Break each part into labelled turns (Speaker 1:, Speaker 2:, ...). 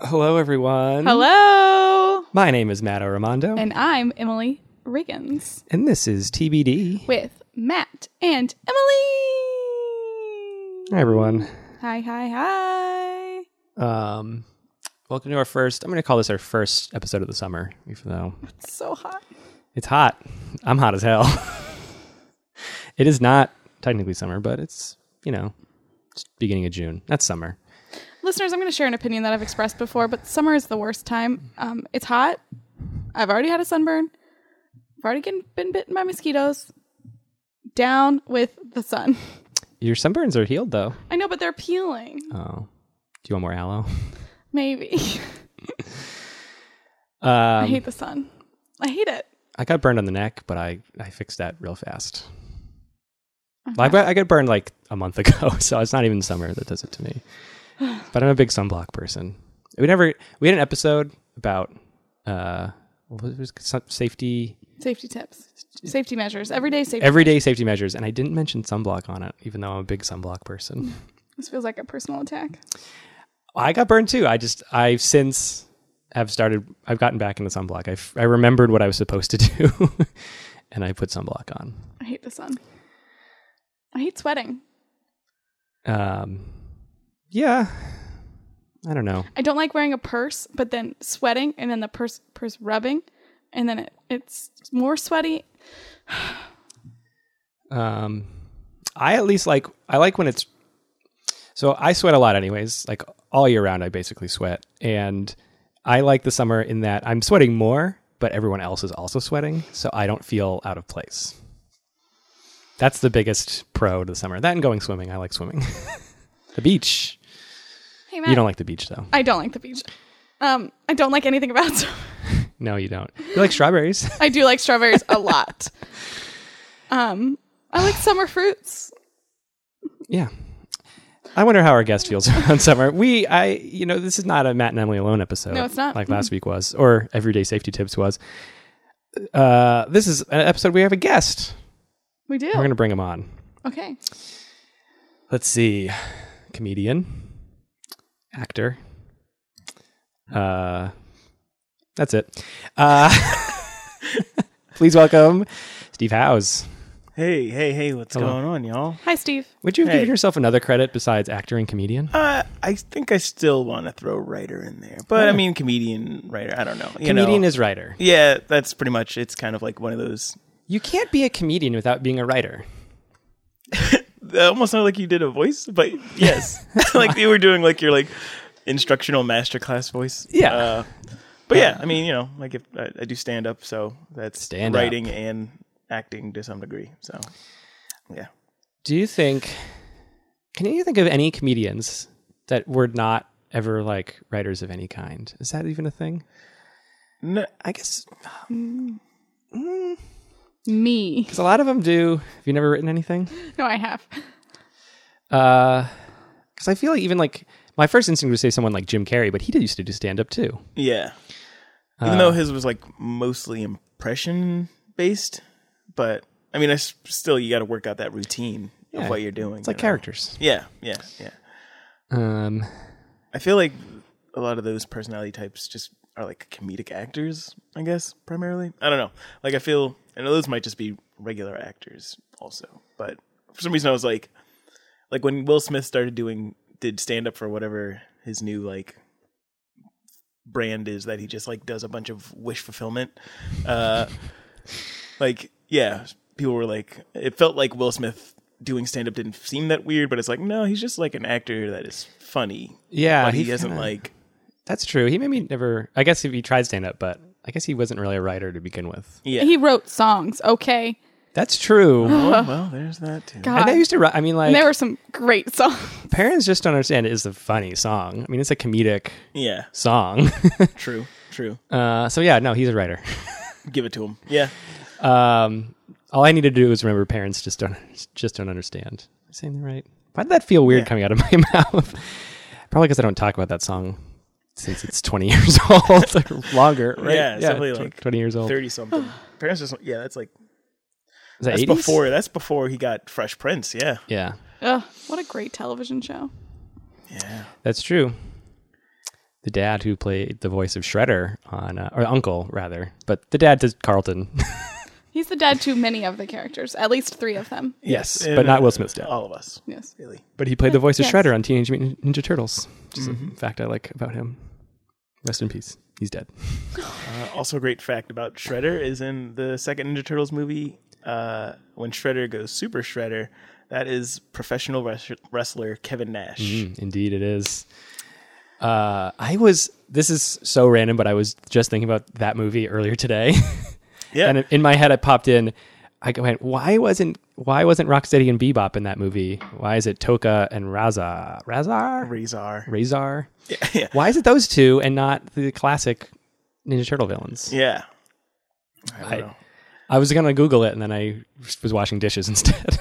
Speaker 1: Hello, everyone.
Speaker 2: Hello.
Speaker 1: My name is Matt Oramondo, and,
Speaker 2: And I'm Emily Riggins
Speaker 1: this is TBD.
Speaker 2: with Matt and Emily.
Speaker 1: Hi, everyone.
Speaker 2: Hi, hi, hi.
Speaker 1: Um, welcome to our first. I'm going to call this our first episode of the summer, even though
Speaker 2: It's so hot.
Speaker 1: it's hot. I'm hot as hell. it is not technically summer, but it's you know, it's beginning of June. That's summer.
Speaker 2: Listeners, I'm going to share an opinion that I've expressed before, but summer is the worst time. Um, it's hot. I've already had a sunburn. I've already getting, been bitten by mosquitoes. Down with the sun.
Speaker 1: Your sunburns are healed though.
Speaker 2: I know, but they're peeling.
Speaker 1: Oh, do you want more aloe?
Speaker 2: Maybe. I
Speaker 1: Um,
Speaker 2: hate the sun. I hate it.
Speaker 1: I got burned on the neck, but I, I fixed that real fast. I, got, I got burned like a month ago, so it's not even summer that does it to me. But I'm a big sunblock person. We never we had an episode about uh what was it? Sun- safety
Speaker 2: Safety tips, safety measures, everyday safety.
Speaker 1: everyday safety measures, and I didn't mention sunblock on it, even though I'm a big sunblock person.
Speaker 2: This feels like a personal attack.
Speaker 1: I got burned too. I just I've since have started. I've gotten back into sunblock. I've, I remembered what I was supposed to do, and I put sunblock on.
Speaker 2: I hate the sun. I hate sweating.
Speaker 1: Um, yeah, I don't know.
Speaker 2: I don't like wearing a purse, but then sweating and then the purse purse rubbing, and then it, it's more sweaty.
Speaker 1: Um, I at least like I like when it's so I sweat a lot anyways. Like all year round, I basically sweat, and I like the summer in that I'm sweating more, but everyone else is also sweating, so I don't feel out of place. That's the biggest pro to the summer. That and going swimming. I like swimming. the beach.
Speaker 2: Hey Matt,
Speaker 1: You don't like the beach though.
Speaker 2: I don't like the beach. Um, I don't like anything about. Summer.
Speaker 1: No, you don't. You like strawberries.
Speaker 2: I do like strawberries a lot. Um, I like summer fruits.
Speaker 1: Yeah. I wonder how our guest feels around summer. We, I, you know, this is not a Matt and Emily alone episode.
Speaker 2: No, it's not.
Speaker 1: Like last week was, or Everyday Safety Tips was. Uh, this is an episode we have a guest.
Speaker 2: We do.
Speaker 1: We're going to bring him on.
Speaker 2: okay.
Speaker 1: Let's see. Comedian, actor. Uh, that's it. Uh, please welcome Steve Howes.
Speaker 3: Hey, hey, hey, what's going on, y'all?
Speaker 2: Hi Steve.
Speaker 1: Would you have
Speaker 3: Hey.
Speaker 1: given yourself another credit besides actor and comedian?
Speaker 3: Uh, I think I still want to throw writer in there, but I mean, comedian, writer, I don't know. You
Speaker 1: comedian
Speaker 3: know.
Speaker 1: is writer.
Speaker 3: Yeah, that's pretty much It's kind of like one of those.
Speaker 1: You can't be a comedian without being a writer.
Speaker 3: It almost sounded like you did a voice, but yes. like you were doing like your like instructional masterclass voice.
Speaker 1: Yeah.
Speaker 3: Uh, but yeah, I mean, you know, like if I, I do stand up, so that's
Speaker 1: Stand up.
Speaker 3: writing and acting to some degree. So yeah.
Speaker 1: Do you think? Can you think of any comedians that were not ever like writers of any kind? Is that even a thing?
Speaker 3: No,
Speaker 1: I guess
Speaker 2: Me.
Speaker 1: because a lot of them do. Have you never written anything?
Speaker 2: No, I have.
Speaker 1: Because I feel like even like my first instinct was to say someone like Jim Carrey, but he did used to do stand up too.
Speaker 3: Yeah. Even
Speaker 1: Um,
Speaker 3: though his was like mostly impression based, but I mean, I s- still you got to work out that routine
Speaker 1: Yeah.
Speaker 3: of what you're doing.
Speaker 1: It's like
Speaker 3: you know?
Speaker 1: characters.
Speaker 3: Yeah, yeah, yeah.
Speaker 1: Um,
Speaker 3: I feel like a lot of those personality types just are like comedic actors, I guess, primarily. I don't know. Like I feel I know those might just be regular actors also, but for some reason I was like like when Will Smith started doing did stand up for whatever his new like brand is that he just like does a bunch of wish fulfillment. Uh like yeah, people were like it felt like Will Smith doing stand up didn't seem that weird, but it's like no, he's just like an actor that is funny
Speaker 1: yeah,
Speaker 3: but he, isn't
Speaker 1: kinda-
Speaker 3: like
Speaker 1: That's true. He maybe never. I guess if he tried stand up, but I guess he wasn't really a writer to begin with.
Speaker 3: yeah.
Speaker 2: He wrote songs. Okay.
Speaker 1: That's true.
Speaker 3: oh, well, there's that too.
Speaker 2: God.
Speaker 1: And I used to. write- I mean, like
Speaker 2: And there were some great songs.
Speaker 1: parents just don't understand it is a funny song. I mean, it's a comedic
Speaker 3: Yeah,
Speaker 1: song.
Speaker 3: true, true.
Speaker 1: uh, so yeah, no, he's a writer.
Speaker 3: Give it to him. Yeah,
Speaker 1: Um, all I need to do is remember parents just don't just don't understand. Am I saying that right? Why did that feel weird
Speaker 3: Yeah.
Speaker 1: coming out of my mouth? Probably because I don't talk about that song since it's 20 years old or longer, right?
Speaker 3: Yeah, it's definitely
Speaker 1: tw-
Speaker 3: like
Speaker 1: 20 years old.
Speaker 3: thirty something. Parents just yeah, that's like
Speaker 1: Is that
Speaker 3: that's
Speaker 1: 80s?
Speaker 3: before that's before he got Fresh Prince. Yeah,
Speaker 1: Yeah,
Speaker 2: Ugh, what a great television show.
Speaker 3: yeah.
Speaker 1: that's true. the dad who played the voice of Shredder on, uh, or uncle rather, but the dad to Carlton.
Speaker 2: He's the dad to many of the characters, at least three of them.
Speaker 1: yes,
Speaker 3: And,
Speaker 1: but not
Speaker 3: uh,
Speaker 1: Will Smith's dad.
Speaker 3: All of us,
Speaker 2: Yes.
Speaker 3: really.
Speaker 1: But he played the voice of
Speaker 2: Yes.
Speaker 1: Shredder on Teenage Mutant Ninja Turtles. Which is a fact I like about him. Rest in peace. He's dead.
Speaker 3: Uh, also, a great fact about Shredder is in the second Ninja Turtles movie, uh, when Shredder goes Super Shredder, that is professional wres- wrestler Kevin Nash.
Speaker 1: Mm, indeed, it is. Uh, I was. This is so random, but I was just thinking about that movie earlier today,
Speaker 3: Yeah,
Speaker 1: and in my head, I popped in. I went, why wasn't why wasn't Rocksteady and Bebop in that movie? Why is it Toka and Raza Razar
Speaker 3: Razor.
Speaker 1: Razar?
Speaker 3: yeah.
Speaker 1: Why is it those two and not the classic Ninja Turtle villains?
Speaker 3: Yeah. I don't
Speaker 1: I-
Speaker 3: know.
Speaker 1: I was gonna Google it, and then I was washing dishes instead.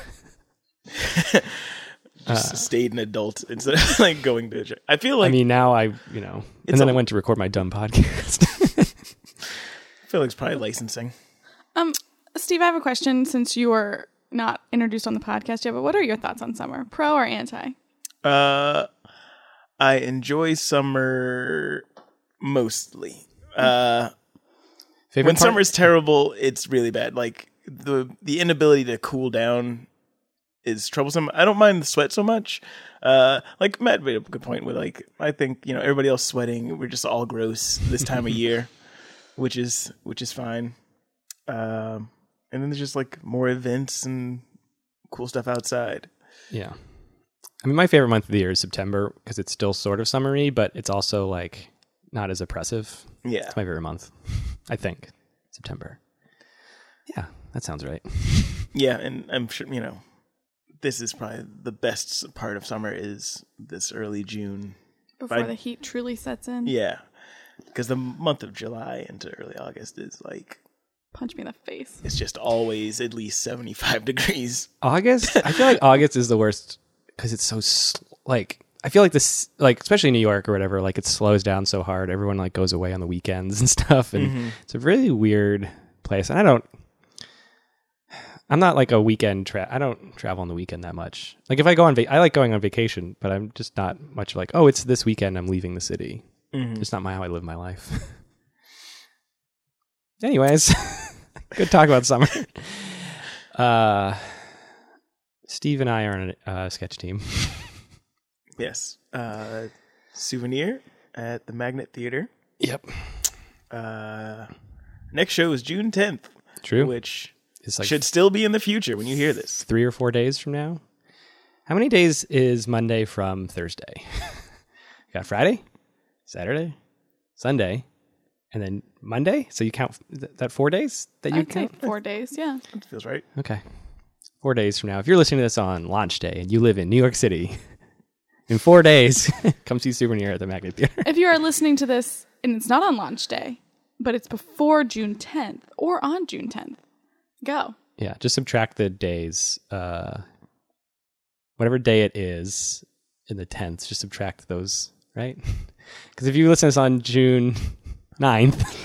Speaker 3: Just stayed an adult instead of like going to. Jail. I feel like
Speaker 1: uh, I mean, now I, you know, and
Speaker 3: It's
Speaker 1: then
Speaker 3: a-
Speaker 1: I went to record my dumb podcast.
Speaker 3: I feel like it's probably licensing.
Speaker 2: Um, Steve, I have a question since you were not introduced on the podcast yet, but what are your thoughts on summer? Pro or anti?
Speaker 3: Uh, I enjoy summer mostly. Uh,
Speaker 1: Favorite
Speaker 3: when
Speaker 1: part?
Speaker 3: summer's terrible, it's really bad. Like the the inability to cool down is troublesome. I don't mind the sweat so much. Uh, like Matt made a good point with like I think you know everybody else sweating. We're just all gross this time of year, which is which is fine. Um, and then there's just like more events and cool stuff outside.
Speaker 1: Yeah. I mean, my favorite month of the year is September because it's still sort of summery, but it's also like not as oppressive.
Speaker 3: Yeah,
Speaker 1: It's my favorite month, I think. September. Yeah, that sounds right.
Speaker 3: yeah, and I'm sure you know this is probably the best part of summer is this early June
Speaker 2: Before
Speaker 3: Fine.
Speaker 2: the heat truly sets in.
Speaker 3: Yeah, because the month of July into early August is like
Speaker 2: Punch me in the face.
Speaker 3: it's just always at least seventy five degrees.
Speaker 1: August. I feel like August is the worst because it's so sl- like I feel like this like especially New York or whatever like it slows down so hard. Everyone like goes away on the weekends and stuff, and it's a really weird place. And I don't. I'm not like a weekend tra- I don't travel on the weekend that much. Like if I go on, va- I like going on vacation, but I'm just not much like oh, it's this weekend. I'm leaving the city. It's not my how I live my life. Anyways, good talk about summer. Uh, Steve and I are on a uh, sketch team.
Speaker 3: Yes, uh, souvenir at the Magnet Theater.
Speaker 1: Yep,
Speaker 3: Uh, next show is June tenth,
Speaker 1: true.
Speaker 3: which
Speaker 1: it's like
Speaker 3: should still be in the future when you hear this.
Speaker 1: three or four days from now. How many days is Monday from Thursday? Got Friday, Saturday, Sunday, and then Monday. So you count th- that four days that you
Speaker 2: I'd say
Speaker 1: count.
Speaker 2: four days. Yeah.
Speaker 3: That feels right.
Speaker 1: Okay. Four days from now. If you're listening to this on launch day and you live in New York City, in four days, come see Souvenir at the Magnet Theater.
Speaker 2: If you are listening to this and it's not on launch day, but it's before June 10th or on June 10th, go.
Speaker 1: Yeah, just subtract the days. Uh, whatever day it is in the 10th, just subtract those, right? Because if you listen to this on June 9th,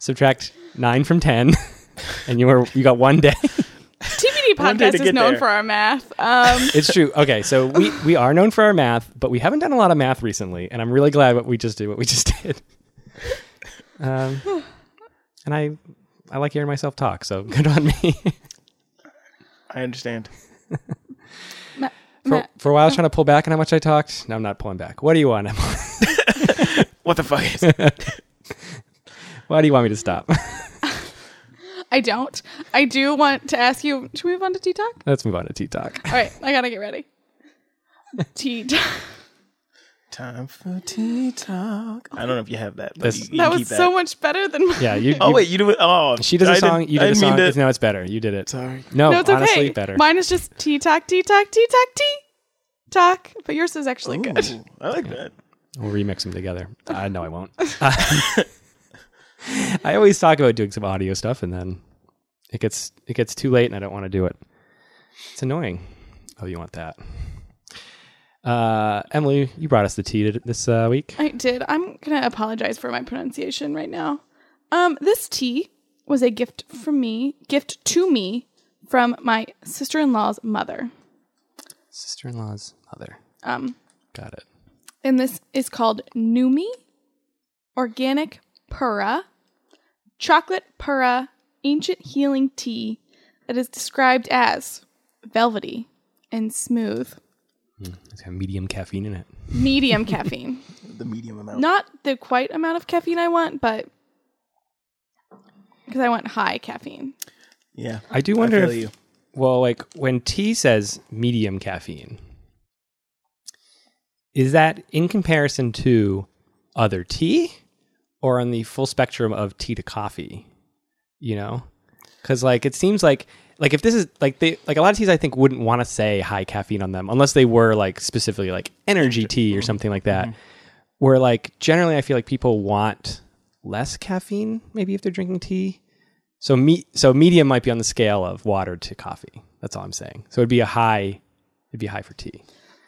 Speaker 1: subtract 9 from 10, and you were you got one day.
Speaker 2: TBD
Speaker 3: One day to
Speaker 2: podcast is
Speaker 3: get
Speaker 2: known
Speaker 3: there.
Speaker 2: for our math. Um,
Speaker 1: It's true. Okay, so we, we are known for our math, but we haven't done a lot of math recently, and I'm really glad what we just did, what we just did. Um, and I I like hearing myself talk, so good on me.
Speaker 3: I understand.
Speaker 2: Ma-
Speaker 1: For,
Speaker 2: Ma- uh,
Speaker 1: for a while, I was trying to pull back on how much I talked. No, I'm not pulling back. What do you want?
Speaker 3: What the fuck? Is
Speaker 1: Why do you want me to stop?
Speaker 2: I don't. I do want to ask you, should we move on to Tea Talk?
Speaker 1: Let's move on to Tea Talk.
Speaker 2: All right, I gotta get ready. Tea Talk.
Speaker 3: Time for tea talk. I don't know if you have that. But
Speaker 1: This-
Speaker 3: you- you
Speaker 2: That
Speaker 3: keep
Speaker 2: was so much better than my.
Speaker 1: Yeah, you.
Speaker 3: Oh
Speaker 1: you-
Speaker 3: wait, you do it. Oh,
Speaker 1: she did
Speaker 3: I
Speaker 1: a
Speaker 3: didn't-
Speaker 1: song. you did
Speaker 3: I
Speaker 1: a
Speaker 3: didn't
Speaker 1: song.
Speaker 3: mean to-
Speaker 1: No, it's better. You did it.
Speaker 3: Sorry.
Speaker 1: No,
Speaker 2: No, it's
Speaker 1: honestly,
Speaker 2: okay.
Speaker 1: better.
Speaker 2: Mine is just Tea Talk, Tea Talk, Tea Talk, Tea Talk. But yours is actually good.
Speaker 3: Ooh, I like that.
Speaker 1: We'll remix them together. Uh, no, I won't. I always talk about doing some audio stuff, and then it gets it gets too late, and I don't want to do it. It's annoying. Oh, you want that? Uh, Emily, you brought us the tea to- this uh, week.
Speaker 2: I did. I'm gonna apologize for my pronunciation right now. Um, this tea was a gift from me, gift to me from my sister-in-law's mother.
Speaker 1: Sister-in-law's mother.
Speaker 2: Um,
Speaker 1: Got it.
Speaker 2: and this is called Numi Organic Pura Chocolate Pura Ancient Healing Tea that is described as velvety and smooth,
Speaker 1: It's got medium caffeine in it.
Speaker 2: medium caffeine.
Speaker 3: The medium amount.
Speaker 2: Not the quite amount of caffeine I want, but because I want high caffeine.
Speaker 3: Yeah.
Speaker 1: I do wonder
Speaker 3: feel
Speaker 1: if,
Speaker 3: you.
Speaker 1: well, like when T says medium caffeine, is that in comparison to other tea or on the full spectrum of tea to coffee? You know? Cause like it seems like like if this is like they like a lot of teas I think wouldn't want to say high caffeine on them unless they were like specifically like energy tea or something like that.
Speaker 3: Mm-hmm.
Speaker 1: Where like generally I feel like people want less caffeine maybe if they're drinking tea. So me so medium might be on the scale of water to coffee. That's all I'm saying. So it'd be a high it'd be high for tea.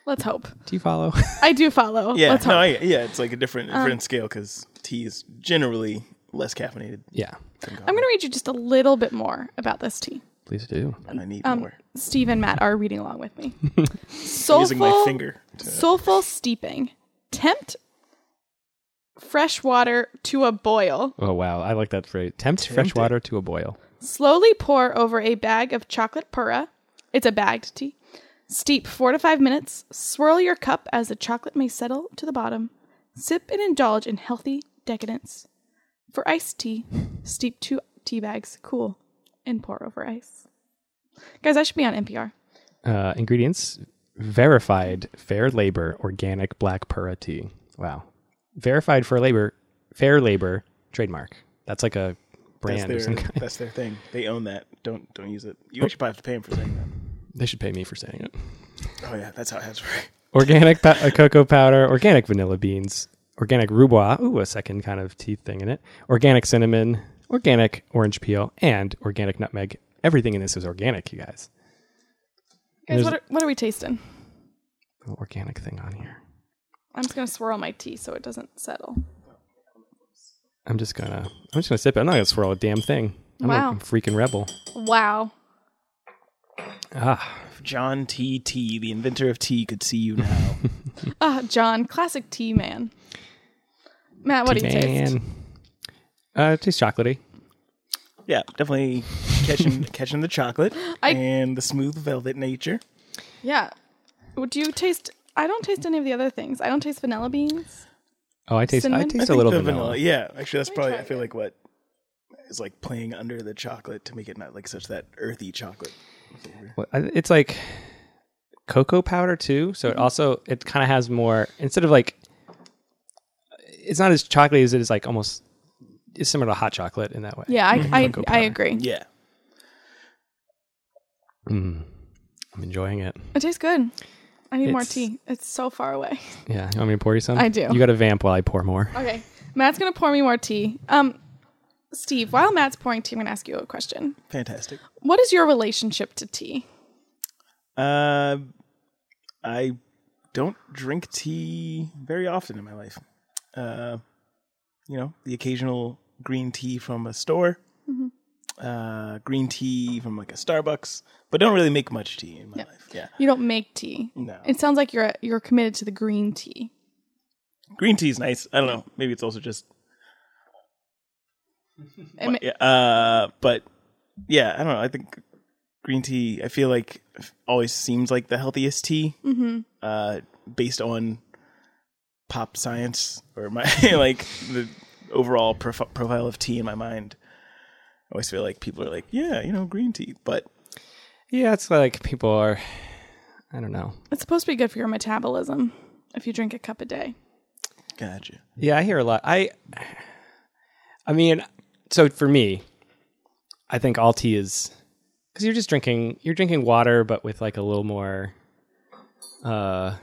Speaker 2: Let's hope.
Speaker 1: Do you follow?
Speaker 2: I do follow.
Speaker 3: Yeah.
Speaker 2: Let's hope.
Speaker 3: No, I, yeah. It's like a different different scale because tea is generally less caffeinated.
Speaker 1: yeah.
Speaker 2: I'm going to read you just a little bit more about this tea.
Speaker 1: Please do.
Speaker 3: I need more.
Speaker 2: Steve and Matt are reading along with me.
Speaker 3: I'm
Speaker 2: soulful,
Speaker 3: using my finger. To,
Speaker 2: soulful steeping. Tempt fresh water to a boil.
Speaker 1: Oh wow, I like that phrase. Tempt fresh water to a boil.
Speaker 2: Slowly pour over a bag of chocolate pura. It's a bagged tea. Steep four to five minutes. Swirl your cup as the chocolate may settle to the bottom. Sip and indulge in healthy decadence. For iced tea, steep two tea bags, cool, and pour over ice. Guys, I should be on NPR.
Speaker 1: Uh, ingredients: verified fair labor organic black pura tea. Wow, verified fair labor, fair labor trademark. That's like a
Speaker 3: that's
Speaker 1: brand
Speaker 3: their
Speaker 1: or some kind.
Speaker 3: that's their thing. They own that. Don't don't use it. You actually probably have to pay them for saying
Speaker 1: They should pay me for saying it.
Speaker 3: that. Oh yeah, that's how it has.
Speaker 1: Organic pa- uh, cocoa powder, organic vanilla beans, organic rubois. Ooh, a second kind of tea thing in it. Organic cinnamon, organic orange peel, and organic nutmeg. Everything in this is organic, you guys.
Speaker 2: Guys,
Speaker 1: There's-
Speaker 2: what are, what are we tasting?
Speaker 1: Little organic thing on here.
Speaker 2: I'm just gonna swirl my tea so it doesn't settle.
Speaker 1: I'm just gonna. I'm just gonna sip it. I'm not gonna swirl a damn thing. I'm
Speaker 2: Wow.
Speaker 1: a freaking rebel.
Speaker 2: Wow.
Speaker 1: Ah,
Speaker 3: If John T. T. The inventor of tea could see you now.
Speaker 2: Ah, John, classic tea man. Matt, what do you taste?
Speaker 1: man. Uh, it tastes chocolatey.
Speaker 3: yeah, definitely catching catching the chocolate
Speaker 2: I-
Speaker 3: and the smooth velvet nature.
Speaker 2: Yeah. Would you taste? I don't taste any of the other things. I don't taste vanilla beans.
Speaker 1: Oh, I taste. I
Speaker 2: Cinnamon?
Speaker 1: taste
Speaker 3: I
Speaker 1: a
Speaker 3: think
Speaker 1: little
Speaker 3: the
Speaker 1: vanilla.
Speaker 3: Yeah, actually, that's probably.
Speaker 2: try
Speaker 3: I feel like what is like playing under the chocolate to make it not like such that earthy chocolate.
Speaker 1: Well, I- It's like cocoa powder too. So
Speaker 2: Mm-hmm.
Speaker 1: it also it kind of has more instead of like. It's not as chocolatey as it is like almost. It's similar to hot chocolate in that way.
Speaker 2: Yeah, I I,
Speaker 1: Cocoa
Speaker 2: I
Speaker 1: Mm, powder.
Speaker 2: agree.
Speaker 3: Yeah,
Speaker 1: Mm. I'm enjoying it.
Speaker 2: It tastes good. I need more
Speaker 1: It's-
Speaker 2: tea. It's so far away.
Speaker 1: Yeah, you want me to pour you some?
Speaker 2: I do.
Speaker 1: You got to vamp while I pour more.
Speaker 2: Okay, Matt's gonna pour me more tea. Um, Steve, while Matt's pouring tea, I'm gonna ask you a question.
Speaker 3: fantastic.
Speaker 2: What is your relationship to tea?
Speaker 3: Uh, I don't drink tea very often in my life. Uh, you know, the occasional green tea from a store, uh, green tea from like a Starbucks, but don't really make much tea in my life. Yeah,
Speaker 2: You don't make tea.
Speaker 3: no.
Speaker 2: It sounds like you're you're committed to the green tea.
Speaker 3: green tea's nice. I don't know. Maybe it's also just
Speaker 2: It ma-
Speaker 3: Yeah, uh, but yeah, I don't know. I think green tea. I feel like always seems like the healthiest tea, uh, based on pop science or my like the overall prof- profile of tea in my mind. I always feel like people are like, yeah, you know, green tea, but
Speaker 1: Yeah, it's like people are. I don't know.
Speaker 2: It's supposed to be good for your metabolism if you drink a cup a day.
Speaker 3: gotcha.
Speaker 1: Yeah, I hear a lot. I I mean, so for me, I think all tea is cuz you're just drinking you're drinking water but with like a little more uh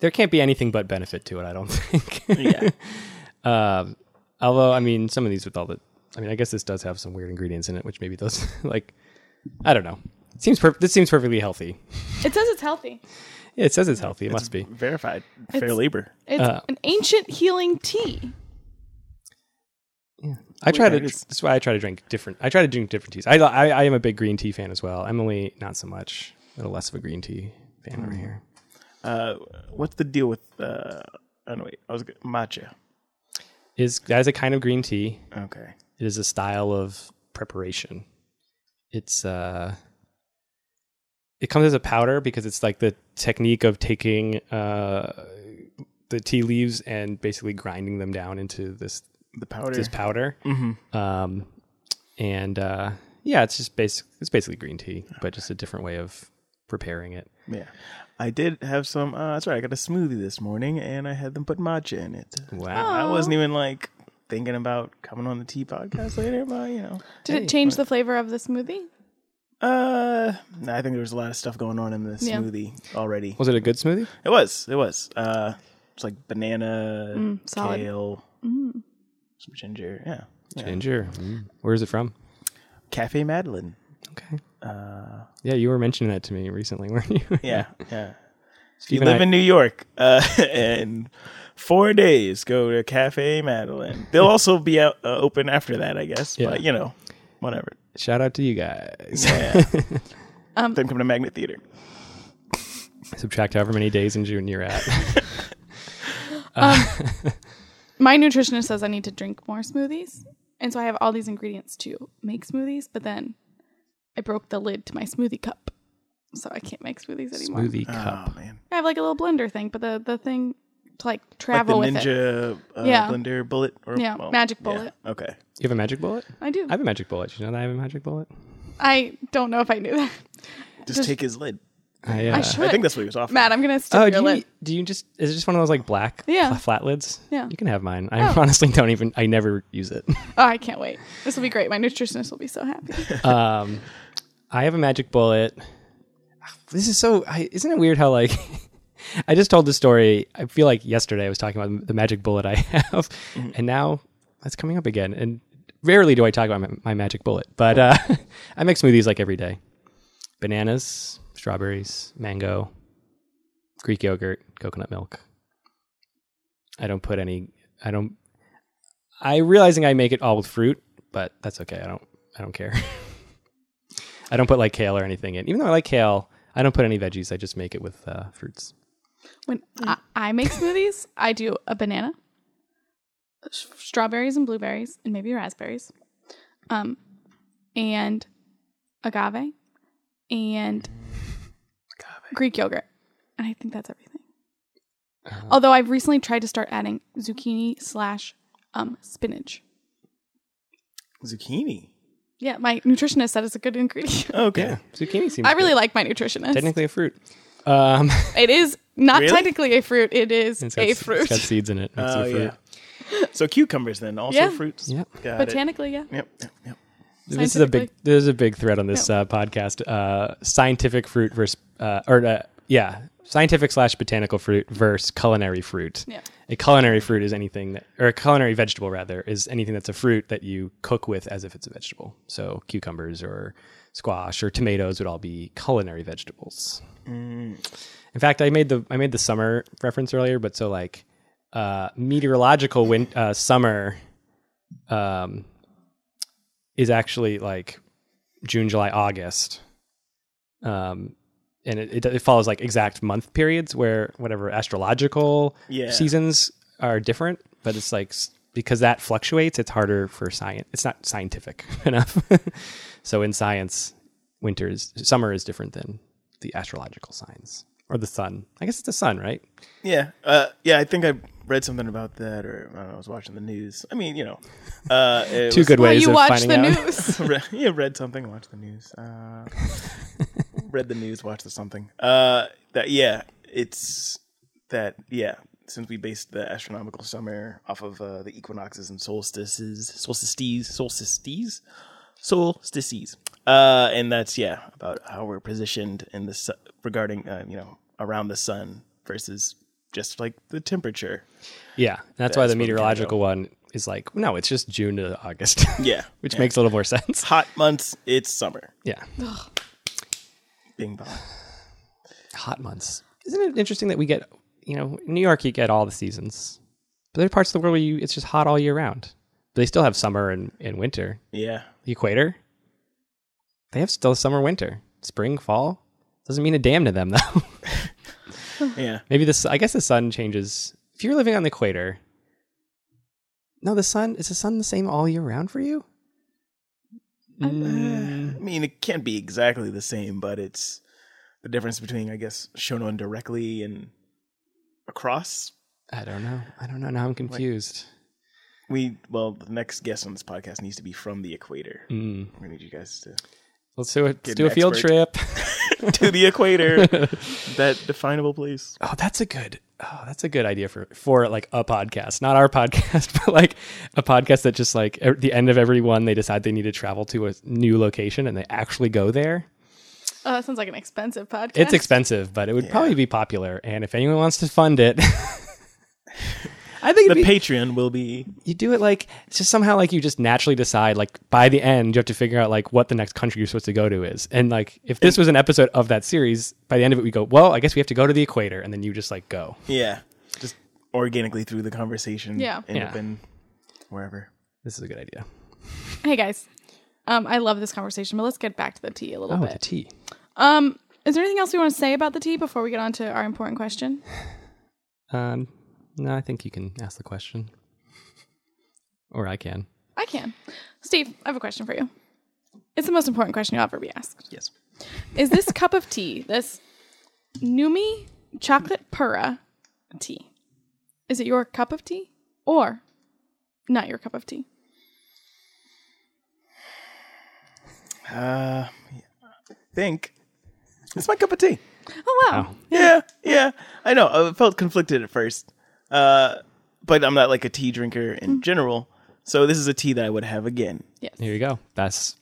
Speaker 1: there can't be anything but benefit to it, I don't think.
Speaker 3: Yeah.
Speaker 1: um although I mean, some of these with all the I mean, I guess this does have some weird ingredients in it, which maybe those like I don't know. It seems per- this seems perfectly healthy.
Speaker 2: It says it's healthy.
Speaker 1: It says it's healthy. It must be.
Speaker 3: Verified fair labor.
Speaker 2: It's
Speaker 1: Uh,
Speaker 2: an ancient healing tea.
Speaker 1: Yeah. I try to.
Speaker 3: that is-
Speaker 1: That's why I try to drink different. I try to drink different teas. I, I I am a big green tea fan as well. Emily, not so much. A little less of a green tea fan over here.
Speaker 3: Uh, what's the deal with? Uh, oh no, wait. I was good. matcha.
Speaker 1: Is that is a kind of green tea.
Speaker 3: Okay.
Speaker 1: It is a style of preparation. It's uh it comes as a powder because it's like the technique of taking uh the tea leaves and basically grinding them down into this
Speaker 3: The powder.
Speaker 1: this powder.
Speaker 3: mm-hmm.
Speaker 1: Um and uh yeah, it's just basic it's basically green tea, but just a different way of preparing it.
Speaker 3: Yeah, I did have some. Uh, that's right. I got a smoothie this morning, and I had them put matcha in it.
Speaker 1: Wow.
Speaker 3: I wasn't even like thinking about coming on the tea podcast later, but you know,
Speaker 2: Did it
Speaker 1: uh,
Speaker 2: change the flavor of the smoothie?
Speaker 3: uh, I think there was a lot of stuff going on in the
Speaker 2: Yeah.
Speaker 3: smoothie already.
Speaker 1: Was it a good smoothie?
Speaker 3: It was. It was. Uh, it's like banana,
Speaker 2: Mm, solid.
Speaker 3: kale, some ginger. Yeah. yeah.
Speaker 1: Ginger. Mm. Where is it from?
Speaker 3: Cafe Madeline.
Speaker 1: Okay.
Speaker 3: Uh,
Speaker 1: Yeah, you were mentioning that to me recently, weren't you?
Speaker 3: yeah, yeah. If you
Speaker 1: Steve and
Speaker 3: live
Speaker 1: Mm. I-
Speaker 3: in New York, uh, and four days, go to Cafe Madeline. They'll also be out, uh, open after that, I guess.
Speaker 1: Yeah.
Speaker 3: But you know, whatever.
Speaker 1: Shout out to you guys.
Speaker 3: Yeah.
Speaker 2: Um,
Speaker 3: then come to Magnet Theater.
Speaker 1: Subtract however many days in June you're at.
Speaker 2: My nutritionist says I need to drink more smoothies. And so I have all these ingredients to make smoothies, but then I broke the lid to my smoothie cup. So I can't make smoothies anymore.
Speaker 1: Smoothie cup.
Speaker 3: Oh man,
Speaker 2: I have like a little blender thing, but the, the thing to like travel
Speaker 3: like the
Speaker 2: with it.
Speaker 3: Ninja uh,
Speaker 2: Yeah.
Speaker 3: Blender Bullet. Or,
Speaker 2: Yeah, Magic Bullet.
Speaker 3: Okay.
Speaker 1: You have a magic bullet?
Speaker 2: I do.
Speaker 1: I have a magic bullet. You know that I have a magic bullet?
Speaker 2: I don't know if I knew that.
Speaker 3: Just, take his lid.
Speaker 1: I, uh,
Speaker 2: I should.
Speaker 3: I think that's what he was offering.
Speaker 2: Matt, I'm gonna steal
Speaker 1: Oh,
Speaker 2: your
Speaker 1: do you,
Speaker 2: lid.
Speaker 1: do you just is it just one of those like black
Speaker 2: Yeah.
Speaker 1: fl- flat lids?
Speaker 2: Yeah.
Speaker 1: You can have mine. I
Speaker 2: Oh.
Speaker 1: honestly don't even I never use it.
Speaker 2: Oh, I can't wait. This will be great. My nutritionist will be so happy.
Speaker 1: um I have a magic bullet. This is so I, isn't it weird how like I just told the story. I feel like yesterday I was talking about the magic bullet I have and now that's coming up again and rarely do I talk about my, my magic bullet, but uh I make smoothies like every day. Bananas, strawberries, mango, Greek yogurt, coconut milk. I don't put any. I don't. I realizing I make it all with fruit, but that's okay. I don't. I don't care. I don't put like kale or anything in. Even though I like kale, I don't put any veggies. I just make it with uh, fruits.
Speaker 2: When I, I make smoothies, I do a banana, s- strawberries and blueberries, and maybe raspberries, um, and agave, and Greek yogurt, and I think that's everything.
Speaker 1: Uh-huh.
Speaker 2: Although I've recently tried to start adding zucchini slash um, spinach.
Speaker 3: Zucchini.
Speaker 2: Yeah, my nutritionist said it's a good ingredient.
Speaker 3: Okay.
Speaker 1: Zucchini seems.
Speaker 2: I really
Speaker 1: good.
Speaker 2: like my nutritionist.
Speaker 1: technically a fruit. Um,
Speaker 2: It is not
Speaker 3: Really?
Speaker 2: technically a fruit. It is
Speaker 1: it's got
Speaker 2: a
Speaker 1: s- It's
Speaker 2: fruit.
Speaker 1: got seeds in it. Makes it
Speaker 3: Oh
Speaker 1: a fruit.
Speaker 3: yeah. So cucumbers then also
Speaker 2: Yeah.
Speaker 3: fruits.
Speaker 1: Yep.
Speaker 3: Got it.
Speaker 2: Botanically, yeah.
Speaker 3: Yep. Yep. Yep.
Speaker 1: This is a big.
Speaker 2: Scientifically.
Speaker 1: There's a big thread on this uh, podcast. Uh, scientific fruit versus, uh, or uh, yeah, scientific slash botanical fruit versus culinary fruit.
Speaker 2: Yeah.
Speaker 1: A culinary fruit is anything that, or a culinary vegetable rather, is anything that's a fruit that you cook with as if it's a vegetable. So cucumbers or squash or tomatoes would all be culinary vegetables. In fact, I made the I made the summer reference earlier, but so like uh, meteorological win- uh, summer um, is actually like June, July, August. Um, and it, it, it follows like exact month periods where whatever astrological
Speaker 3: Yeah.
Speaker 1: seasons are different, but it's like s- because that fluctuates, it's harder for science. It's not scientific enough. so in science, winter is summer is different than the astrological signs or the sun. I guess it's the sun, right?
Speaker 3: Yeah. Uh, yeah. I think I read something about that, or I, don't know, I was watching the news. I mean, you know, uh, it
Speaker 1: Two
Speaker 3: was-
Speaker 1: good
Speaker 2: Well,
Speaker 1: ways
Speaker 2: you
Speaker 1: of
Speaker 2: watch
Speaker 1: finding
Speaker 2: the
Speaker 1: out.
Speaker 2: news.
Speaker 3: Re- yeah, read something, watched the news. Uh, read the news, watched the something. Uh, that yeah, it's that yeah. Since we based the astronomical summer off of uh, the equinoxes and solstices, solstices, solstices, solstices, uh, and that's yeah about how we're positioned in the su- regarding uh, you know around the sun versus just like the temperature.
Speaker 1: Yeah, that's why
Speaker 3: That's
Speaker 1: the
Speaker 3: what we gotta
Speaker 1: meteorological one is like no, it's just June to August,
Speaker 3: Yeah,
Speaker 1: which
Speaker 3: Yeah.
Speaker 1: makes a little more sense.
Speaker 3: hot months. It's summer.
Speaker 1: Yeah,
Speaker 3: Bing bong.
Speaker 1: hot months. Isn't it interesting that we get you know in New York you get all the seasons, but there are parts of the world where you it's just hot all year round. But they still have summer and, and winter.
Speaker 3: Yeah,
Speaker 1: The equator, they have still summer, winter, spring, fall. Doesn't mean a damn to them though.
Speaker 3: Yeah.
Speaker 1: Maybe this. I guess the sun changes. If you're living on the equator, no, the sun is the sun the same all year round for you.
Speaker 2: I-
Speaker 3: I mean, it can't be exactly the same, but it's the difference between, I guess, shown on directly and across.
Speaker 1: I don't know. I don't know. Now I'm confused.
Speaker 3: We well, the next guest on this podcast needs to be from the equator.
Speaker 1: Mm.
Speaker 3: We need you guys to
Speaker 1: Let's do it. Let's
Speaker 3: Get
Speaker 1: do a
Speaker 3: an
Speaker 1: field
Speaker 3: expert.
Speaker 1: trip.
Speaker 3: to the equator, that definable place.
Speaker 1: Oh, that's a good. Oh, that's a good idea for for like a podcast, not our podcast, but like a podcast that just like at the end of every one, they decide they need to travel to a new location and they actually go there.
Speaker 2: Oh, that sounds like an expensive podcast.
Speaker 1: It's expensive, but it would probably be popular. And if anyone wants to fund it, I think
Speaker 3: The
Speaker 1: it'd be-
Speaker 3: Patreon will be
Speaker 1: you do it like it's just somehow like you just naturally decide like by the end you have to figure out like what the next country you're supposed to go to is and like if this was an episode of that series by the end of it we go well i guess we have to go to the equator and then you just like go
Speaker 3: yeah, just organically through the conversation.
Speaker 2: Yeah.
Speaker 3: end
Speaker 1: Yeah.
Speaker 3: up in wherever.
Speaker 1: this is a good idea
Speaker 2: Hey guys, um, I love this conversation, but let's get back to the tea a little
Speaker 1: oh the
Speaker 2: bit.
Speaker 1: tea
Speaker 2: Um, is there anything else we want to say about the tea before we get on to our important question?
Speaker 1: um no i think you can ask the question or i can
Speaker 2: I can. Steve, I have a question for you. It's the most important question you'll ever be asked.
Speaker 1: yes
Speaker 2: Is this cup of tea, this Numi chocolate pura tea, is it your cup of tea or not your cup of tea?
Speaker 3: Uh, I think it's my cup of tea.
Speaker 2: Oh wow!
Speaker 3: Yeah, yeah. I know. I felt conflicted at first, uh, but I'm not like a tea drinker
Speaker 1: Hmm.
Speaker 3: in general. So this is a tea that I would have again.
Speaker 1: here you go that's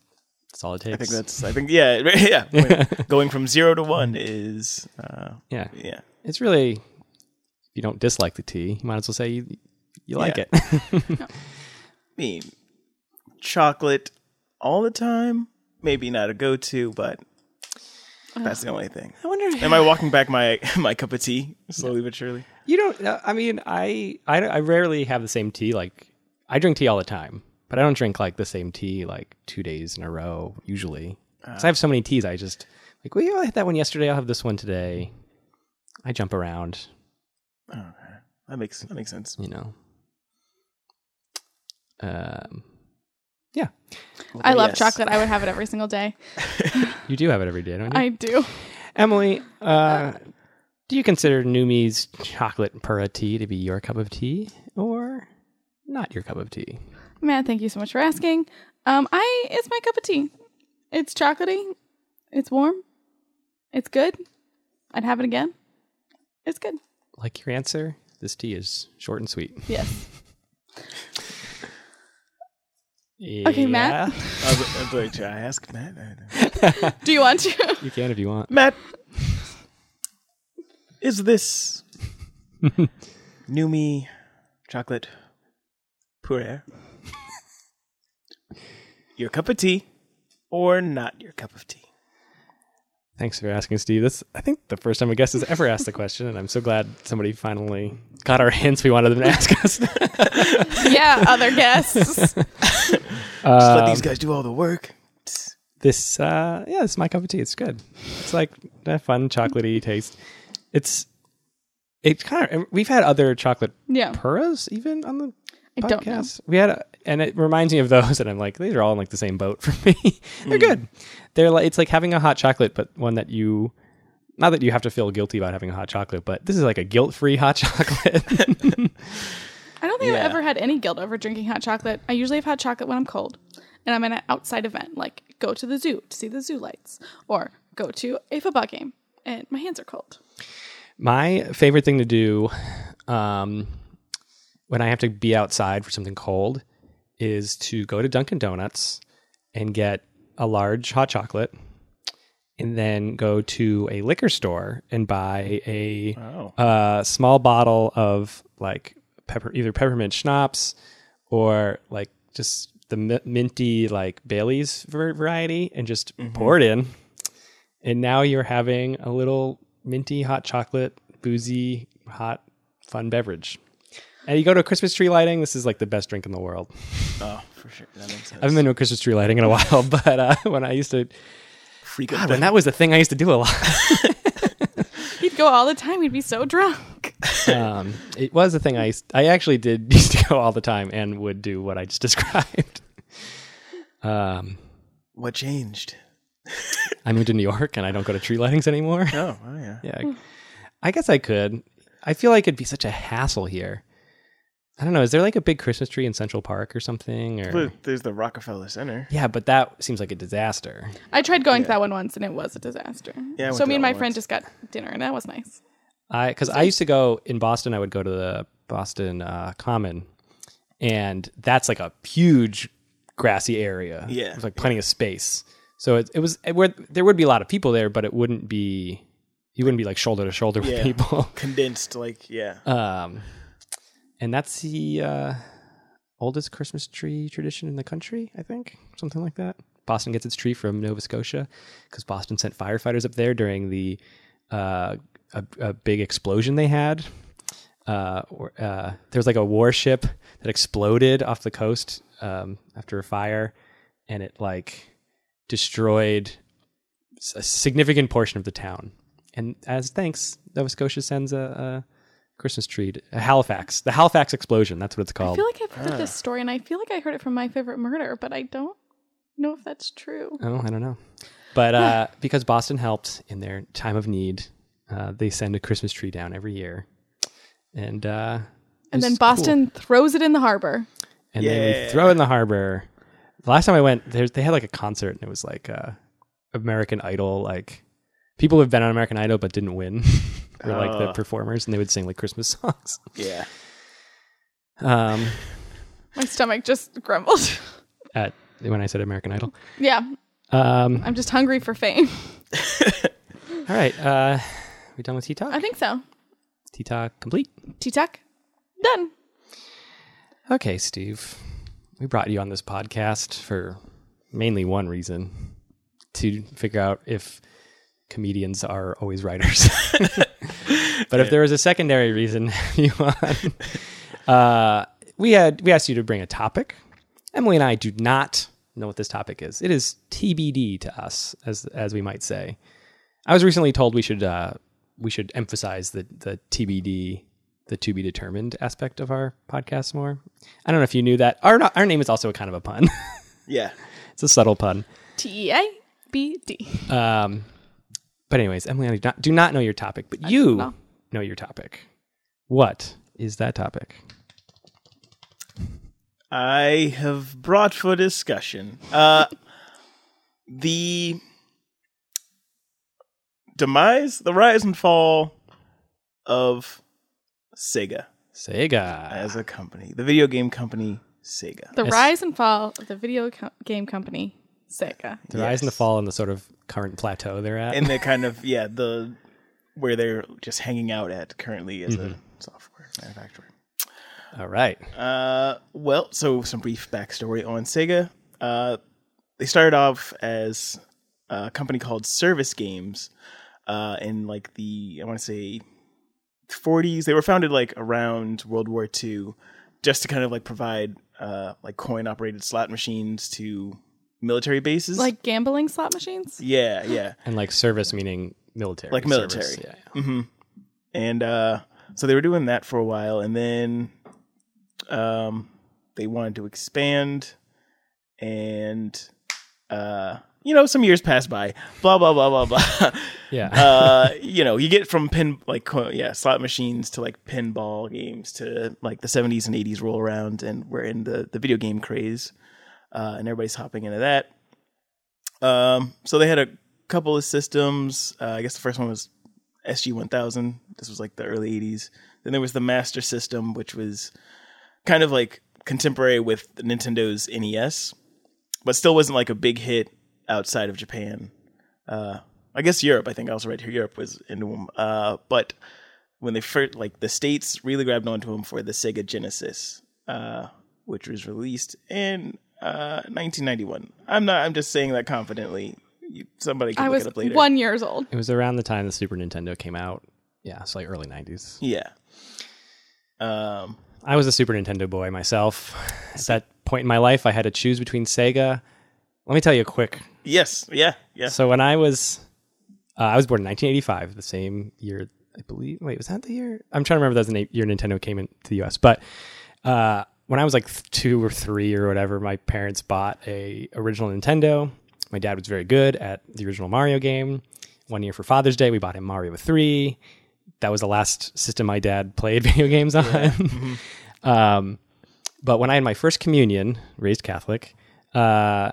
Speaker 1: that's all it takes
Speaker 3: I think that's. I think yeah, yeah. When- going from zero to one is uh,
Speaker 1: yeah
Speaker 3: yeah.
Speaker 1: it's really if you don't dislike the tea you might as well say you you like
Speaker 3: Yeah.
Speaker 1: it
Speaker 3: I mean, chocolate all the time. Maybe not a go-to, but that's the only thing.
Speaker 1: i wonder
Speaker 3: Am I walking back my my cup of tea slowly but surely?
Speaker 1: You don't. uh, I mean, I, I I rarely have the same tea. Like, I drink tea all the time, but I don't drink like the same tea like two days in a row usually.
Speaker 3: Ah.
Speaker 1: 'Cause I have so many teas. I just like, well, yeah, I had that one yesterday. I'll have this one today. I jump around,
Speaker 3: That makes that makes sense.
Speaker 1: you know. Um, yeah, Oh,
Speaker 2: I love
Speaker 3: Yes.
Speaker 2: chocolate. I would have it every single day.
Speaker 1: you do have it every day, don't you,
Speaker 2: I do.
Speaker 1: Emily? Uh, do you consider Numi's chocolate pura tea to be your cup of tea, or not your cup of tea?
Speaker 2: Matt, thank you so much for asking. Um, I it's my cup of tea. It's chocolatey. It's warm. It's good. I'd have it again. It's good.
Speaker 1: like your answer, this tea is short and sweet.
Speaker 2: Yes. Okay, Matt.
Speaker 1: Yeah.
Speaker 3: I was, I was like, should I ask Matt? I don't know.
Speaker 2: Do you want to?
Speaker 1: You can if you want.
Speaker 3: Matt, is this Numi chocolate puree your cup of tea or not your cup of tea?
Speaker 1: Thanks for asking, Steve. That's I think the first time a guest has ever asked the question, and I'm so glad somebody finally got our hints we wanted them to ask us.
Speaker 2: yeah, other guests.
Speaker 3: Just let
Speaker 1: Um,
Speaker 3: these guys do all the work.
Speaker 1: this uh yeah, it's my cup of tea. It's good. It's like that fun chocolatey taste. It's it's kind of we've had other chocolate
Speaker 2: Yeah.
Speaker 1: puras even on the
Speaker 2: I
Speaker 1: podcast.
Speaker 2: don't know.
Speaker 1: We had, a, and it reminds me of those, and I'm like, these are all in like the same boat for me. They're
Speaker 2: Hmm.
Speaker 1: good. They're like, it's like having a hot chocolate, but one that you, not that you have to feel guilty about having a hot chocolate, but this is like a guilt-free hot chocolate.
Speaker 2: I don't think
Speaker 3: Yeah.
Speaker 2: I've ever had any guilt over drinking hot chocolate. I usually have hot chocolate when I'm cold and I'm at an outside event, like go to the zoo to see the zoo lights or go to a football game and my hands are cold.
Speaker 1: My favorite thing to do, um, when I have to be outside for something cold, is to go to Dunkin' Donuts and get a large hot chocolate. And then go to a liquor store and buy a
Speaker 3: Oh.
Speaker 1: a small bottle of like pepper, either peppermint schnapps or like just the mi- minty like Bailey's var- variety, and just pour it in. And now you're having a little minty hot chocolate, boozy hot fun beverage. And you go to a Christmas tree lighting. This is like the best drink in the world.
Speaker 3: Oh, for sure. That makes sense.
Speaker 1: I haven't been to a Christmas tree lighting in a while, but uh, when I used to,
Speaker 3: freak
Speaker 1: God,
Speaker 3: out.
Speaker 1: when that was the thing I used to do a lot.
Speaker 2: You'd would go all the time. He'd be so drunk.
Speaker 1: um, it was a thing I I actually did used to go all the time and would do what I just described. Um,
Speaker 3: What changed?
Speaker 1: I moved to New York and I don't go to tree lightings anymore.
Speaker 3: Oh, oh yeah.
Speaker 1: yeah, I- I guess I could. I feel like it'd be such a hassle here. I don't know. Is there like a big Christmas tree in Central Park or something? Or
Speaker 3: But there's the Rockefeller Center.
Speaker 1: yeah, but that seems like a disaster.
Speaker 2: I tried going to that one once and it was a disaster.
Speaker 3: Yeah, I went
Speaker 2: so
Speaker 3: to
Speaker 2: me
Speaker 3: that
Speaker 2: and my
Speaker 3: one
Speaker 2: friend
Speaker 3: once.
Speaker 2: just got dinner and that was nice.
Speaker 1: I because I used to go in Boston. I would go to the Boston uh, Common, and that's like a huge grassy area.
Speaker 3: Yeah,
Speaker 1: there's like plenty of space. So it, it was it, were- there would be a lot of people there, but it wouldn't be you wouldn't be like shoulder to shoulder with
Speaker 3: Yeah.
Speaker 1: people.
Speaker 3: Condensed, like yeah.
Speaker 1: Um, and that's the uh, oldest Christmas tree tradition in the country, I think, something like that. Boston gets its tree from Nova Scotia because Boston sent firefighters up there during the uh, a, a big explosion they had. Uh, or, uh, there was like a warship that exploded off the coast um, after a fire, and it like destroyed s- a significant portion of the town. And as thanks, Nova Scotia sends a, a Christmas tree. To, Halifax, the Halifax explosion. That's what it's
Speaker 2: I
Speaker 1: called.
Speaker 2: feel like I've heard
Speaker 3: Ah.
Speaker 2: this story and I feel like I heard it from my favorite murder, but I don't know if that's true.
Speaker 1: Oh, I don't know. But uh, because Boston helped in their time of need, uh, they send a Christmas tree down every year. And uh,
Speaker 2: And
Speaker 1: it's
Speaker 2: then
Speaker 1: cool.
Speaker 2: Boston throws it in the harbor.
Speaker 1: and then
Speaker 3: Yeah.
Speaker 1: we throw it in the harbor. The last time I went, there, they had like a concert, and it was like uh, American Idol. Like people who've been on American Idol but didn't win were like the
Speaker 3: Oh.
Speaker 1: performers, and they would sing like Christmas songs.
Speaker 3: Yeah.
Speaker 1: Um,
Speaker 2: My stomach just grumbled.
Speaker 1: at when I said American Idol.
Speaker 2: yeah,
Speaker 1: Um,
Speaker 2: I'm just hungry for fame.
Speaker 1: all right, uh, we done with Tea
Speaker 2: I
Speaker 1: Talk.
Speaker 2: think so.
Speaker 1: Tea Talk complete.
Speaker 2: Tea tuck? Done.
Speaker 1: Okay, Steve, we brought you on this podcast for mainly one reason to figure out if comedians are always writers. but if there was a secondary reason you want, uh, we had we asked you to bring a topic. Emily and I do not know what this topic is. It is TBD to us, as as we might say. I was recently told we should uh, we should emphasize the the TBD, the to be determined aspect of our podcast more. I don't know if you knew that. Our our name is also kind of a pun.
Speaker 3: Yeah.
Speaker 1: it's a subtle pun.
Speaker 2: T E A B D.
Speaker 1: Um, but anyways, Emily, I do not, do not know your topic, but you
Speaker 2: know.
Speaker 1: know your topic. What is that topic?
Speaker 3: I have brought for discussion uh, the demise, the rise and fall of Sega
Speaker 1: Sega.
Speaker 3: as a company, the video game company Sega.
Speaker 2: The
Speaker 1: Yes.
Speaker 2: rise and fall of the video co- game company Sega.
Speaker 1: The rise and the
Speaker 3: Yes.
Speaker 1: fall and the sort of current plateau they're at.
Speaker 3: and the kind of yeah the where they're just hanging out at currently as a software manufacturer.
Speaker 1: All right.
Speaker 3: Uh, well, so some brief backstory on Sega. Uh, they started off as a company called Service Games uh, in like the I want to say 40s. They were founded like around World War II, just to kind of like provide uh, like coin operated slot machines to military bases.
Speaker 2: Like gambling slot machines?
Speaker 3: yeah, yeah.
Speaker 1: And like service meaning military.
Speaker 3: Like
Speaker 1: service.
Speaker 3: military.
Speaker 1: Yeah.
Speaker 3: hmm And uh, so they were doing that for a while, and then um, they wanted to expand, and uh, you know, some years passed by. Blah blah blah blah blah.
Speaker 1: Yeah.
Speaker 3: uh, you know, you get from pin like co- yeah slot machines to like pinball games to like the seventies and eighties roll around, and we're in the the video game craze, uh, and everybody's hopping into that. Um, so they had a couple of systems. Uh, I guess the first one was SG one thousand. This was like the early eighties. Then there was the Master System, which was kind of like contemporary with Nintendo's NES, but still wasn't like a big hit outside of Japan. Uh, I guess Europe. I think I also read here Europe was into them. Uh, but when they first, like the states, really grabbed onto them for the Sega Genesis, uh, which was released in uh, 1991. I'm not. I'm just saying that confidently. You, somebody can
Speaker 2: I
Speaker 3: look
Speaker 2: was
Speaker 3: it up later.
Speaker 2: one years old.
Speaker 1: it was around the time the Super Nintendo came out. Yeah. It's like early 90s.
Speaker 3: Yeah. Um.
Speaker 1: I was a Super Nintendo boy myself. At that point in my life, I had to choose between Sega. Let me tell you a quick
Speaker 3: Yes. Yeah. Yeah.
Speaker 1: So when I was, uh, I was born in 1985, the same year I believe. Wait, was that the year? I'm trying to remember. That's the na- year Nintendo came into the U.S. But uh, when I was like th- two or three or whatever, my parents bought a original Nintendo. My dad was very good at the original Mario game. One year for Father's Day, we bought him Mario Three. That was the last system my dad played video games on. um, but when I had my first communion, raised Catholic, uh,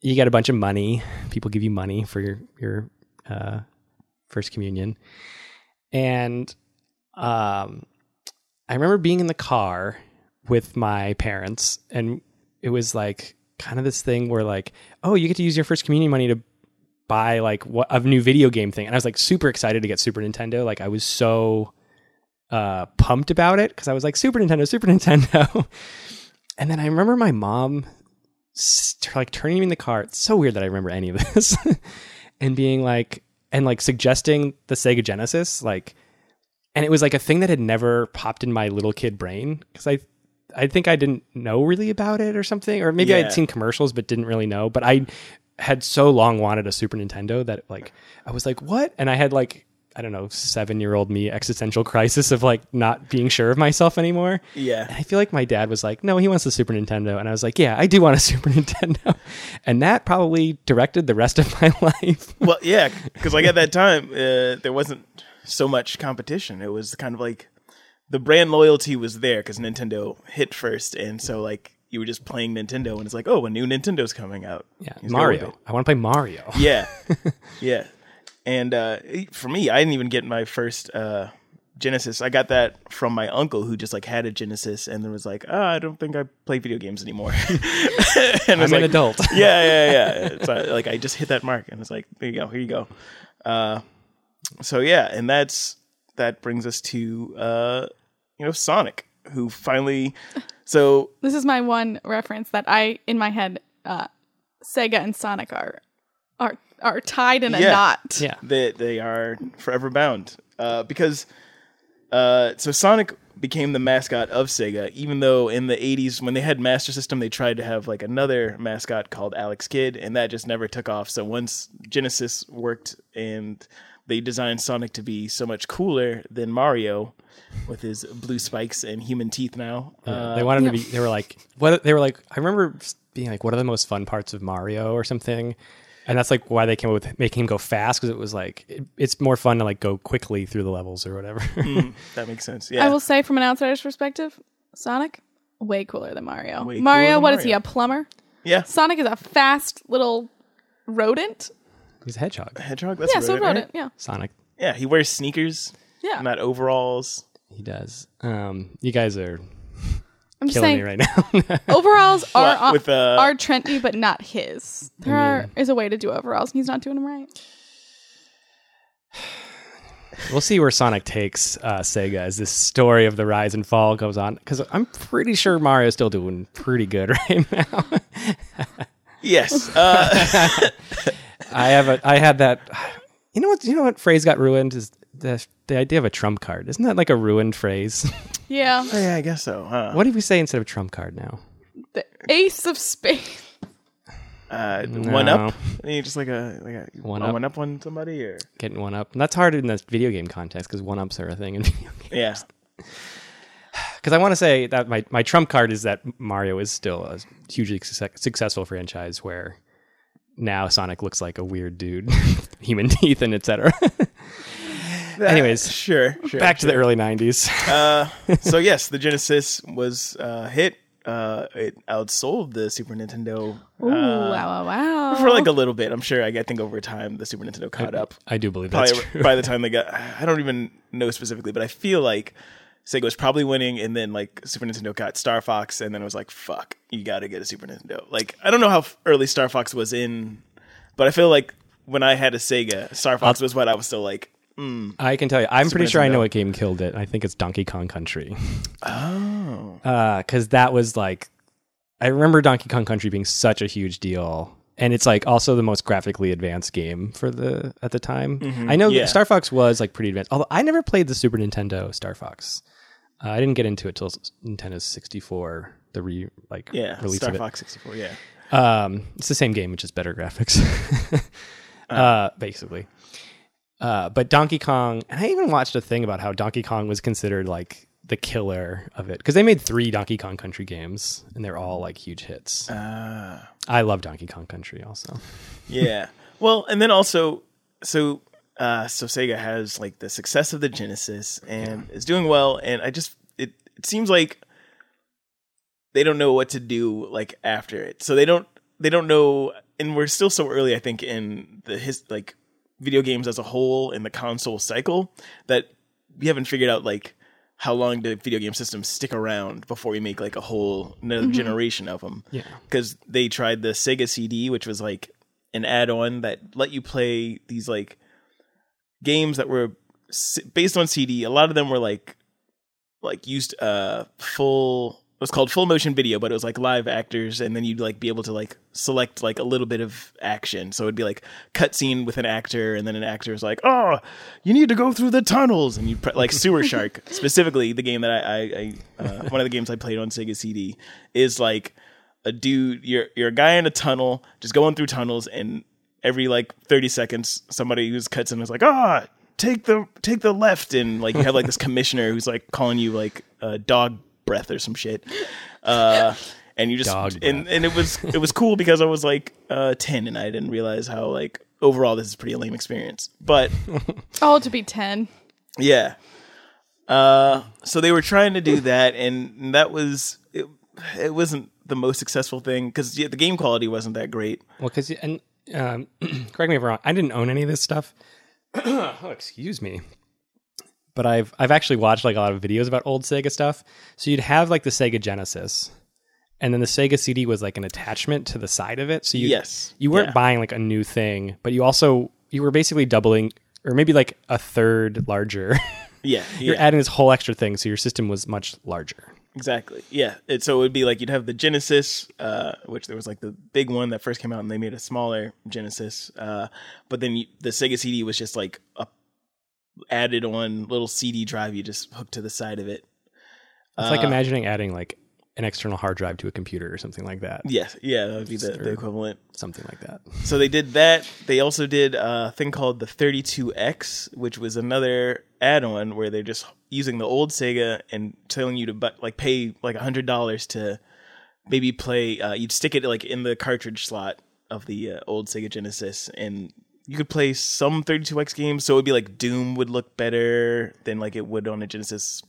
Speaker 1: you get a bunch of money. People give you money for your your uh, first communion, and um, I remember being in the car with my parents, and it was like kind of this thing where like, oh, you get to use your first communion money to buy like what a new video game thing, and I was like super excited to get Super Nintendo. Like I was so uh, pumped about it because I was like Super Nintendo, Super Nintendo. and then I remember my mom s- t- like turning me in the car. It's so weird that I remember any of this, and being like, and like suggesting the Sega Genesis, like, and it was like a thing that had never popped in my little kid brain because I, I think I didn't know really about it or something, or maybe
Speaker 3: Yeah.
Speaker 1: I'd seen commercials but didn't really know. But I had so long wanted a Super Nintendo that like I was like, what? And I had like. I don't know, seven year old me existential crisis of like not being sure of myself anymore. And
Speaker 3: Yeah.
Speaker 1: I feel like my dad was like, no, he wants a Super Nintendo. And I was like, yeah, I do want a Super Nintendo. And that probably directed the rest of my life.
Speaker 3: Well, yeah, because like at that time, uh, there wasn't so much competition. It was kind of like the brand loyalty was there because Nintendo hit first, and so like you were just playing Nintendo, and it's like, oh, a new Nintendo's coming out.
Speaker 1: Yeah,
Speaker 3: Let's go with
Speaker 1: Mario.
Speaker 3: it.
Speaker 1: I want to play Mario.
Speaker 3: Yeah, yeah. And uh, for me, I didn't even get my first uh, Genesis. I got that from my uncle who just like had a Genesis, and then was like, oh, I don't think I play video games anymore. and I
Speaker 1: I'm
Speaker 3: was
Speaker 1: an
Speaker 3: like,
Speaker 1: adult.
Speaker 3: yeah, yeah, yeah. It's uh, like I just hit that mark, and it's like, there you go, here you go. Uh, so yeah, and that's that brings us to uh, you know Sonic, who finally. So
Speaker 2: This is my one reference that I in my head uh Sega and Sonic are are are tied in a
Speaker 3: Yeah.
Speaker 2: knot.
Speaker 1: yeah.
Speaker 3: they they are forever bound uh, because uh, so Sonic became the mascot of Sega, even though in the 80s when they had Master System, they tried to have like another mascot called Alex Kidd, and that just never took off. So once Genesis worked and they designed Sonic to be so much cooler than Mario with his blue spikes and human teeth now. Uh,
Speaker 1: they wanted to be, they were like, what? They were like, I remember being like, what are the most fun parts of Mario or something? And that's like why they came up with making him go fast because it was like, it, it's more fun to like go quickly through the levels or whatever.
Speaker 3: that makes sense. Yeah.
Speaker 2: I will say from an outsider's perspective, Sonic way cooler than Mario.
Speaker 3: Way cooler
Speaker 2: Mario,
Speaker 3: than
Speaker 2: what is he,
Speaker 3: Mario.
Speaker 2: a plumber?
Speaker 3: yeah.
Speaker 2: Sonic is a fast little rodent.
Speaker 1: He's a hedgehog.
Speaker 3: Hedgehog. That's
Speaker 2: yeah,
Speaker 3: a
Speaker 2: so
Speaker 3: rodent, right?
Speaker 2: rodent. Yeah.
Speaker 1: Sonic,
Speaker 3: Yeah, he wears sneakers,
Speaker 2: Yeah.
Speaker 3: not overalls.
Speaker 1: he does. Um, you guys are
Speaker 2: I'm just
Speaker 1: killing
Speaker 2: saying
Speaker 1: me right now.
Speaker 2: overalls are
Speaker 3: What,
Speaker 2: on-
Speaker 3: with, uh,
Speaker 2: are trendy but not his. There are,
Speaker 1: Mm.
Speaker 2: is a way to do overalls and he's not doing them right.
Speaker 1: We'll see where Sonic takes uh, Sega as this story of the rise and fall goes on. Because I'm pretty sure Mario's still doing pretty good right now.
Speaker 3: Yes. Uh,
Speaker 1: I have a, I had that. You know what? You know what phrase got ruined is the the idea of a trump card. Isn't that like a ruined phrase?
Speaker 2: Yeah.
Speaker 3: Oh, yeah, I guess so. Huh?
Speaker 1: what do we say instead of trump card now?
Speaker 2: The ace of spades.
Speaker 3: Uh, One
Speaker 1: No.
Speaker 3: up? I mean, just like a like a
Speaker 1: One
Speaker 3: one
Speaker 1: up.
Speaker 3: up, one up on somebody or
Speaker 1: Getting one up. And that's hard in the video game context because one ups are a thing in video games.
Speaker 3: yeah.
Speaker 1: Because I want to say that my, my trump card is that Mario is still a hugely success, successful franchise where now Sonic looks like a weird dude, human teeth, and etc. Anyways,
Speaker 3: sure, sure.
Speaker 1: back to the early 90s.
Speaker 3: Uh, so yes, the Genesis was uh, hit. Uh, it outsold the Super Nintendo
Speaker 2: Ooh, wow, wow, wow.
Speaker 3: for
Speaker 1: Oh.
Speaker 3: like a little bit. I'm sure. I, I think over time the Super Nintendo caught up.
Speaker 1: I do believe that's
Speaker 3: Probably
Speaker 1: true.
Speaker 3: by the time they got, I don't even know specifically, but I feel like Sega was probably winning, and then like Super Nintendo got Star Fox, and then it was like, fuck, you got to get a Super Nintendo. Like I don't know how f- early Star Fox was in, but I feel like when I had a Sega, Star Fox was what I was still like.
Speaker 1: I can tell you, I'm pretty sure I
Speaker 3: Nintendo.
Speaker 1: know what game killed it. I think it's Donkey Kong Country. Oh. Because that was like, I remember Donkey Kong Country being such a huge deal. And it's like also the most graphically advanced game for the at the time. I know
Speaker 3: Mm-hmm. yeah.
Speaker 1: Star Fox was like pretty advanced, although I never played the Super Nintendo Star Fox. Uh, I didn't get into it till s- Nintendo 64, the re like
Speaker 3: Yeah,
Speaker 1: release
Speaker 3: Star
Speaker 1: of it.
Speaker 3: Fox 64. Yeah,
Speaker 1: Um, it's the same game, which is better graphics, uh, basically. Uh, but Donkey Kong, and I even watched a thing about how Donkey Kong was considered like the killer of it because they made three Donkey Kong Country games and they're all like huge hits.
Speaker 3: Uh-huh.
Speaker 1: I love Donkey Kong Country also.
Speaker 3: Yeah. Well, and then also, so uh, so Sega has like the success of the Genesis and is doing well, and I just it it seems like they don't know what to do like after it, so they don't they don't know, and we're still so early, I think, in the his like video games as a whole in the console cycle that we haven't figured out like how long do video game systems stick around before we make like a whole another generation of them
Speaker 1: Yeah.
Speaker 3: because they tried the Sega CD, which was like an add-on that let you play these like games that were s- based on CD. A lot of them were like like used uh full it was called full motion video, but it was like live actors, and then you'd like be able to like select like a little bit of action. So it'd be like cutscene with an actor, and then an actor is like, "Oh, you need to go through the tunnels," and you pre- like Sewer Shark specifically, the game that I, I, I uh, one of the games I played on Sega CD is like a dude you're you're a guy in a tunnel just going through tunnels and every like 30 seconds somebody who's cuts in is like ah take the take the left and like you have like this commissioner who's like calling you like uh, dog breath or some shit uh and you just
Speaker 1: Dog
Speaker 3: and and it was it was cool because I was like uh 10 and I didn't realize how like overall this is a pretty lame experience but
Speaker 2: Oh, to be 10.
Speaker 3: yeah. Uh, so they were trying to do that, and that was it. It wasn't the most successful thing because the game quality wasn't that great.
Speaker 1: Well, because and um, correct me if I'm wrong. I didn't own any of this stuff. oh, excuse me. But I've I've actually watched like a lot of videos about old Sega stuff. So you'd have like the Sega Genesis, and then the Sega CD was like an attachment to the side of it. So you
Speaker 3: Yes.
Speaker 1: you weren't
Speaker 3: Yeah.
Speaker 1: buying like a new thing, but you also you were basically doubling or maybe like a third larger.
Speaker 3: Yeah,
Speaker 1: You're
Speaker 3: yeah,
Speaker 1: adding this whole extra thing, so your system was much larger.
Speaker 3: exactly. Yeah, it, so it would be like you'd have the Genesis, uh, which there was like the big one that first came out, and they made a smaller Genesis. Uh, but then you, the Sega CD was just like a added on little CD drive you just hooked to the side of it.
Speaker 1: It's
Speaker 3: Uh,
Speaker 1: like imagining adding like an external hard drive to a computer or something like that.
Speaker 3: Yes, yeah, that would be the, the
Speaker 1: Sure.
Speaker 3: equivalent.
Speaker 1: Something like that.
Speaker 3: So they did that. They also did a thing called the 32X, which was another add-on where they're just using the old Sega and telling you to bu- like pay like hundred dollars to maybe play. Uh, you'd stick it like in the cartridge slot of the uh, old Sega Genesis, and you could play some 32X games. So it'd be like Doom would look better than like it would on a Genesis.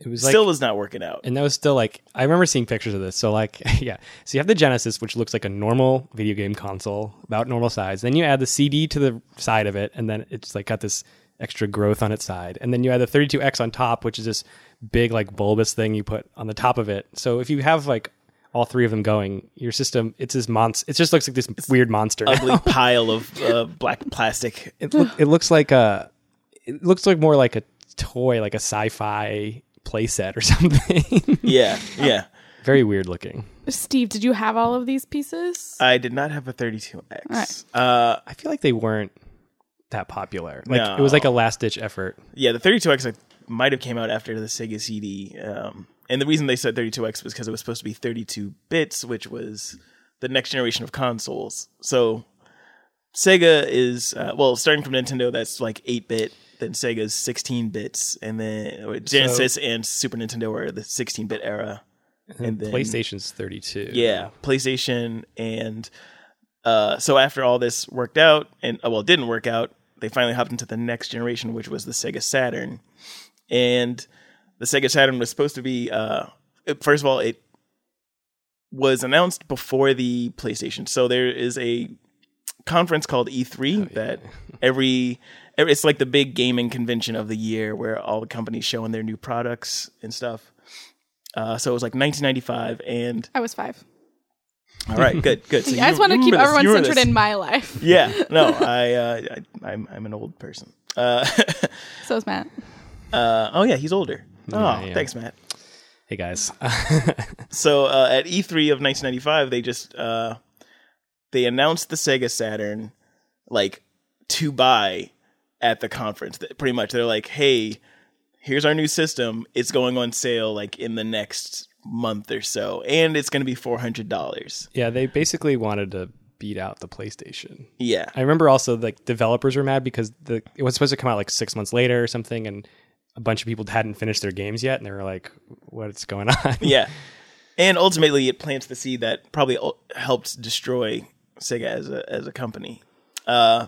Speaker 1: It was like
Speaker 3: Still was not working out.
Speaker 1: and that was still like I remember seeing pictures of this. So like yeah, so you have the Genesis, which looks like a normal video game console, about normal size. Then you add the CD to the side of it, and then it's like got this extra growth on its side. And then you add the 32X on top, which is this big like bulbous thing you put on the top of it. So if you have like all three of them going, your system it's this monster. It just looks like this weird monster.
Speaker 3: Ugly pile of uh, black plastic.
Speaker 1: it look, it looks like a it looks like more like a toy, like a sci-fi playset or something.
Speaker 3: Yeah, yeah.
Speaker 1: Very weird looking.
Speaker 2: Steve, did you have all of these pieces?
Speaker 3: I did not have a 32X.
Speaker 2: Right.
Speaker 3: Uh,
Speaker 1: I feel like they weren't that popular. Like it was like a last ditch effort.
Speaker 3: yeah, the 32X like, might have came out after the Sega CD. Um, and the reason they said 32X was because it was supposed to be 32 bits, which was the next generation of consoles. So Sega is uh, well, starting from Nintendo, that's like 8 bit. Then Sega's 16 bits, and then or Genesis and Super Nintendo were the 16 bit era.
Speaker 1: And
Speaker 3: then-
Speaker 1: PlayStation's 32.
Speaker 3: Yeah, PlayStation and uh, so after all this worked out and uh, well, it didn't work out, they finally hopped into the next generation, which was the Sega Saturn. And the Sega Saturn was supposed to be uh, it- first of all, it was announced before the PlayStation. So there is a conference called E3 that every every- it's like the big gaming convention of the year where all the companies showing their new products and stuff. Uh, so it was like 1995, and
Speaker 2: I was five.
Speaker 3: all right, good, good. So
Speaker 2: I just want to keep
Speaker 3: remember this.
Speaker 2: everyone
Speaker 3: You Mm, remember
Speaker 2: centered
Speaker 3: this.
Speaker 2: in my life.
Speaker 3: Yeah, no, I, uh, I I'm I'm an old person. Uh,
Speaker 2: So is Matt.
Speaker 3: uh, oh yeah, he's older. Oh,
Speaker 1: Yeah, yeah.
Speaker 3: thanks, Matt.
Speaker 1: Hey guys.
Speaker 3: So uh, at E3 of 1995, they just uh, they announced the Sega Saturn like to buy at the conference. Th- Pretty much, they're like, "Hey, here's our new system. It's going on sale like in the next month or so, and it's going to be four hundred dollars."
Speaker 1: yeah, they basically wanted to beat out the PlayStation.
Speaker 3: Yeah.
Speaker 1: I remember also like developers were mad because the it was supposed to come out like six months later or something, and a bunch of people hadn't finished their games yet, and they were like, "What's going on?"
Speaker 3: yeah. And ultimately, it plants the seed that probably ul- helped destroy Sega as a as a company. Uh,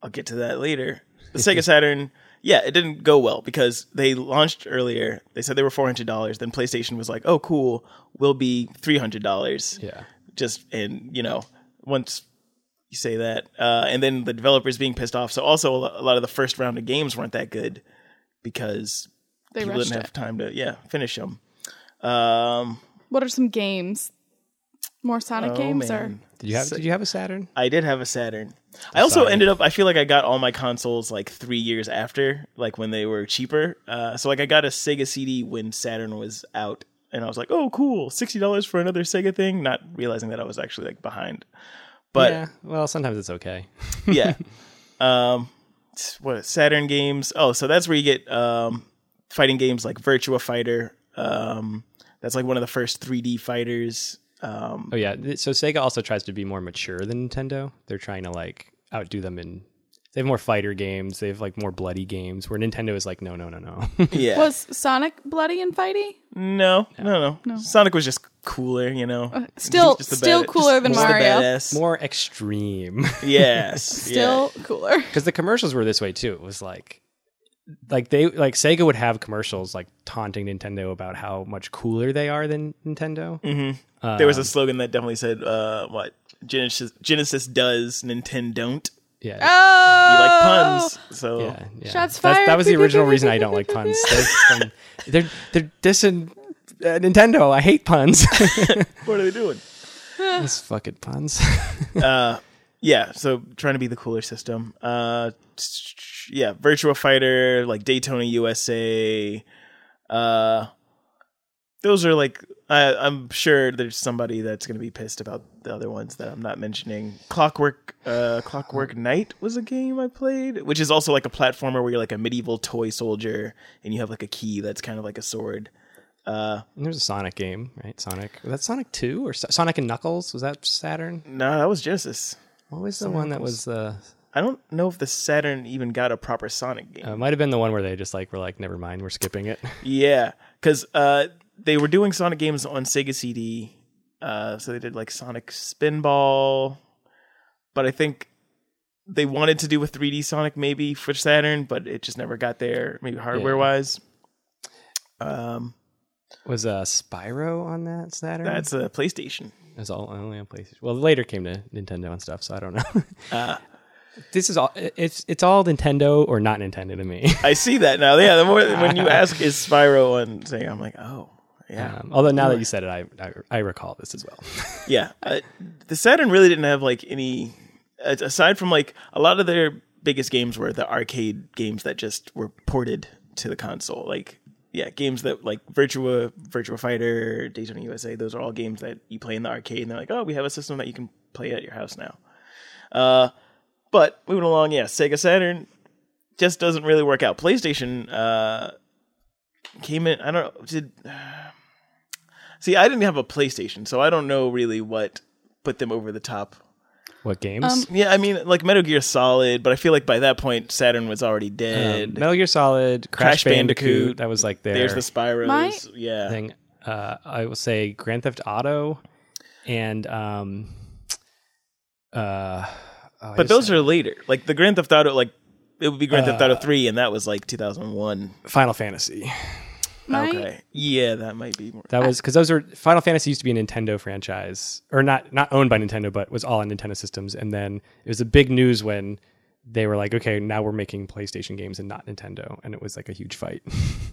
Speaker 3: I'll get to that later. The Sega Saturn, yeah, it didn't go well because they launched earlier. They said they were four hundred dollars. Then PlayStation was like, "Oh, cool, we'll be three hundred dollars."
Speaker 1: Yeah.
Speaker 3: just and you know once you say that uh, and then the developers being pissed off so also a lo- a lot of the first round of games weren't that good because
Speaker 2: They
Speaker 3: people
Speaker 2: rushed
Speaker 3: didn't
Speaker 2: it.
Speaker 3: have time to yeah finish them um
Speaker 2: What are some games? More Sonic
Speaker 3: oh,
Speaker 2: games
Speaker 3: man.
Speaker 1: Did you have Did you have a Saturn?
Speaker 3: i did have a saturn i also
Speaker 1: Sorry.
Speaker 3: ended up i feel like i got all my consoles like three years after like when they were cheaper uh so like i got a sega cd when saturn was out and i was like oh cool $60 for another sega thing not realizing that i was actually like behind but
Speaker 1: yeah. Well, sometimes it's okay.
Speaker 3: yeah. Um, s- what Saturn games? Oh, so that's where you get um, fighting games like Virtua Fighter. Um, that's like one of the first 3D fighters. Um,
Speaker 1: Oh yeah. Th- So Sega also tries to be more mature than Nintendo. They're trying to like outdo them in. They have more fighter games. They have like more bloody games. Where Nintendo is like, no, no, no, no.
Speaker 3: yeah.
Speaker 2: or was Sonic bloody and fighty?
Speaker 3: no, no, no, Uh, Sonic was just cooler, you know.
Speaker 2: still-
Speaker 3: Just the
Speaker 2: still
Speaker 3: bad-
Speaker 2: cooler than
Speaker 3: just the
Speaker 2: Mario.
Speaker 3: badass.
Speaker 1: more extreme.
Speaker 3: yes.
Speaker 2: Still cooler.
Speaker 1: because the commercials were this way too. It was like, like they like Sega would have commercials like taunting Nintendo about how much cooler they are than Nintendo. Uh,
Speaker 3: yeah. There was a slogan that definitely said, uh, "What Genesis, Genesis does, Nintendo don't."
Speaker 1: Yeah,
Speaker 2: Oh,
Speaker 3: You like puns, so
Speaker 1: yeah, yeah. That's-
Speaker 2: Shots
Speaker 1: That
Speaker 2: fired.
Speaker 1: was the original reason I don't like puns. They're, from- they're they're dissing uh, Nintendo. I hate puns.
Speaker 3: what are they doing?
Speaker 1: Those fucking puns.
Speaker 3: yeah so trying to be the cooler system uh yeah virtual fighter like daytona usa uh those are like I, i'm sure there's somebody that's going to be pissed about the other ones that i'm not mentioning clockwork uh clockwork knight was a game i played which is also like a platformer where you're like a medieval toy soldier and you have like a key that's kind of like a sword Uh,
Speaker 1: And There's a Sonic game, right? Sonic. Was that Sonic Two or So- Sonic and Knuckles? Was that Saturn?
Speaker 3: no that was genesis
Speaker 1: What was the one that was uh, the?
Speaker 3: i don't know if the saturn even got a proper sonic game
Speaker 1: Uh, it might have been the one where they just like were like, never mind, we're skipping it.
Speaker 3: Yeah, because uh, they were doing Sonic games on Sega CD, uh, so they did like Sonic Spinball, but I think they wanted to do a 3D Sonic maybe for Saturn, but it just never got there, maybe hardware wise. Um,
Speaker 1: Was uh, Spyro on that Saturn?
Speaker 3: that's a PlayStation.
Speaker 1: It was all only on PlayStation. Well, later came to Nintendo and stuff, so I don't know.
Speaker 3: Uh.
Speaker 1: this is all it's it's all Nintendo or not Nintendo to me.
Speaker 3: I see that now. Yeah, the more when you ask is Spyro on Sega, I'm like, oh, yeah.
Speaker 1: Um, although now that you said it, I, I I recall this as well.
Speaker 3: yeah uh, the saturn really didn't have like any a- aside from like a lot of their biggest games were the arcade games that just were ported to the console like yeah games that like virtua virtua fighter daytona usa those are all games that you play in the arcade and they're like oh we have a system that you can play at your house now uh but moving along yeah sega saturn just doesn't really work out playstation uh came in i don't know did See, I didn't have a PlayStation, so I don't know really what put them over the top.
Speaker 1: what games?
Speaker 3: Yeah, I mean, like Metal Gear Solid, but I feel like by that point Saturn was already
Speaker 1: Um,
Speaker 3: dead.
Speaker 1: Metal Gear Solid, Crash,
Speaker 3: Crash
Speaker 1: Bandicoot,
Speaker 3: Bandicoot,
Speaker 1: That was like their
Speaker 3: There's the Spyros.
Speaker 2: My-
Speaker 3: yeah,
Speaker 1: thing. Uh, I will say Grand Theft Auto, and um, uh, oh, I
Speaker 3: but
Speaker 1: just-
Speaker 3: those are later. Like the Grand Theft Auto, like it would be Grand Theft Auto
Speaker 1: Uh,
Speaker 3: three, and that was like 2001.
Speaker 1: Final Fantasy.
Speaker 2: My,
Speaker 3: Okay, yeah, that might be. More.
Speaker 1: That was because those were Final Fantasy used to be a Nintendo franchise, or not not owned by Nintendo, but was all on Nintendo systems. And then it was a big news when they were like, okay, now we're making PlayStation games and not Nintendo, and it was like a huge fight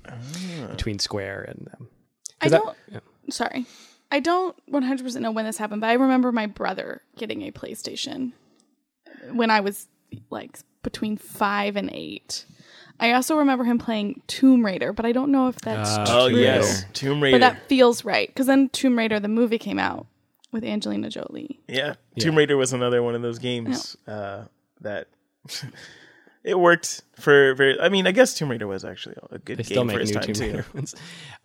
Speaker 3: Ah.
Speaker 1: between Square and them.
Speaker 2: I
Speaker 1: 'Cause that-
Speaker 2: don't. Sorry, I don't 100 percent know when this happened, but I remember my brother getting a PlayStation when I was like between five and eight. I also remember him playing Tomb Raider, but I don't know if that's
Speaker 1: Ah.
Speaker 3: oh
Speaker 1: Tomb
Speaker 3: yes,
Speaker 1: Raider.
Speaker 3: Tomb
Speaker 2: but
Speaker 3: Raider.
Speaker 2: that feels right because then Tomb Raider the movie came out with Angelina Jolie.
Speaker 3: yeah. Tomb Raider was another one of those games uh, that. It worked for very. I mean, I guess Tomb Raider was actually a good
Speaker 1: They
Speaker 3: game
Speaker 1: still make
Speaker 3: for its
Speaker 1: new
Speaker 3: time
Speaker 1: Tomb
Speaker 3: too.
Speaker 1: Raider ones.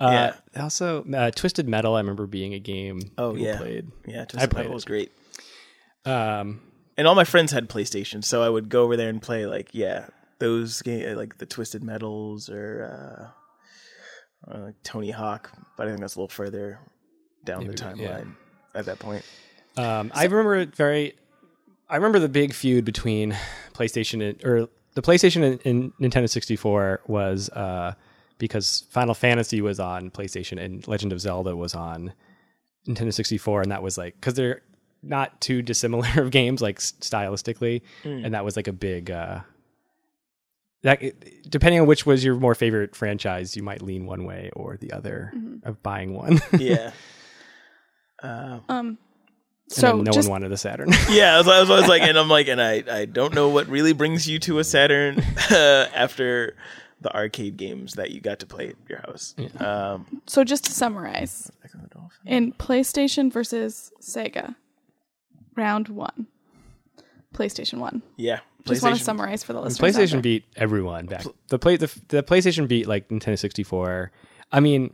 Speaker 1: Uh, Also, uh, Twisted Metal. I remember being a game.
Speaker 3: Oh
Speaker 1: people
Speaker 3: yeah,
Speaker 1: played.
Speaker 3: yeah. Twisted
Speaker 1: played
Speaker 3: Metal
Speaker 1: it.
Speaker 3: was great.
Speaker 1: Um,
Speaker 3: and all my friends had PlayStation, so I would go over there and play like yeah those game like the Twisted Metals or uh, uh, Tony Hawk, but I think that's a little further down the
Speaker 1: Maybe, yeah.
Speaker 3: timeline at that point.
Speaker 1: Um, I remember it very. I remember the big feud between PlayStation and, or the PlayStation and, and Nintendo 64 was uh, because Final Fantasy was on PlayStation and Legend of Zelda was on Nintendo 64, and that was like because they're not too dissimilar of games like s- stylistically,
Speaker 2: Hmm.
Speaker 1: and that was like a big. Uh, that depending on which was your more favorite franchise, you might lean one way or the other
Speaker 2: Mm-hmm.
Speaker 1: of buying one.
Speaker 3: Yeah.
Speaker 2: Um,
Speaker 1: so
Speaker 2: so
Speaker 1: and then no
Speaker 2: just
Speaker 1: one wanted a Saturn.
Speaker 3: Yeah, I was, I was always like, and I'm like, and I, I don't know what really brings you to a Saturn after the arcade games that you got to play at your house. Um,
Speaker 2: so just to summarize,
Speaker 3: Echo the Dolphin.
Speaker 2: in PlayStation versus Sega, round one, PlayStation one.
Speaker 3: yeah,
Speaker 2: Just want to
Speaker 3: PlayStation.
Speaker 2: summarize for the
Speaker 1: And
Speaker 2: listeners. out
Speaker 1: PlayStation
Speaker 2: there.
Speaker 1: beat everyone back. The play the, the PlayStation beat like Nintendo 64. I mean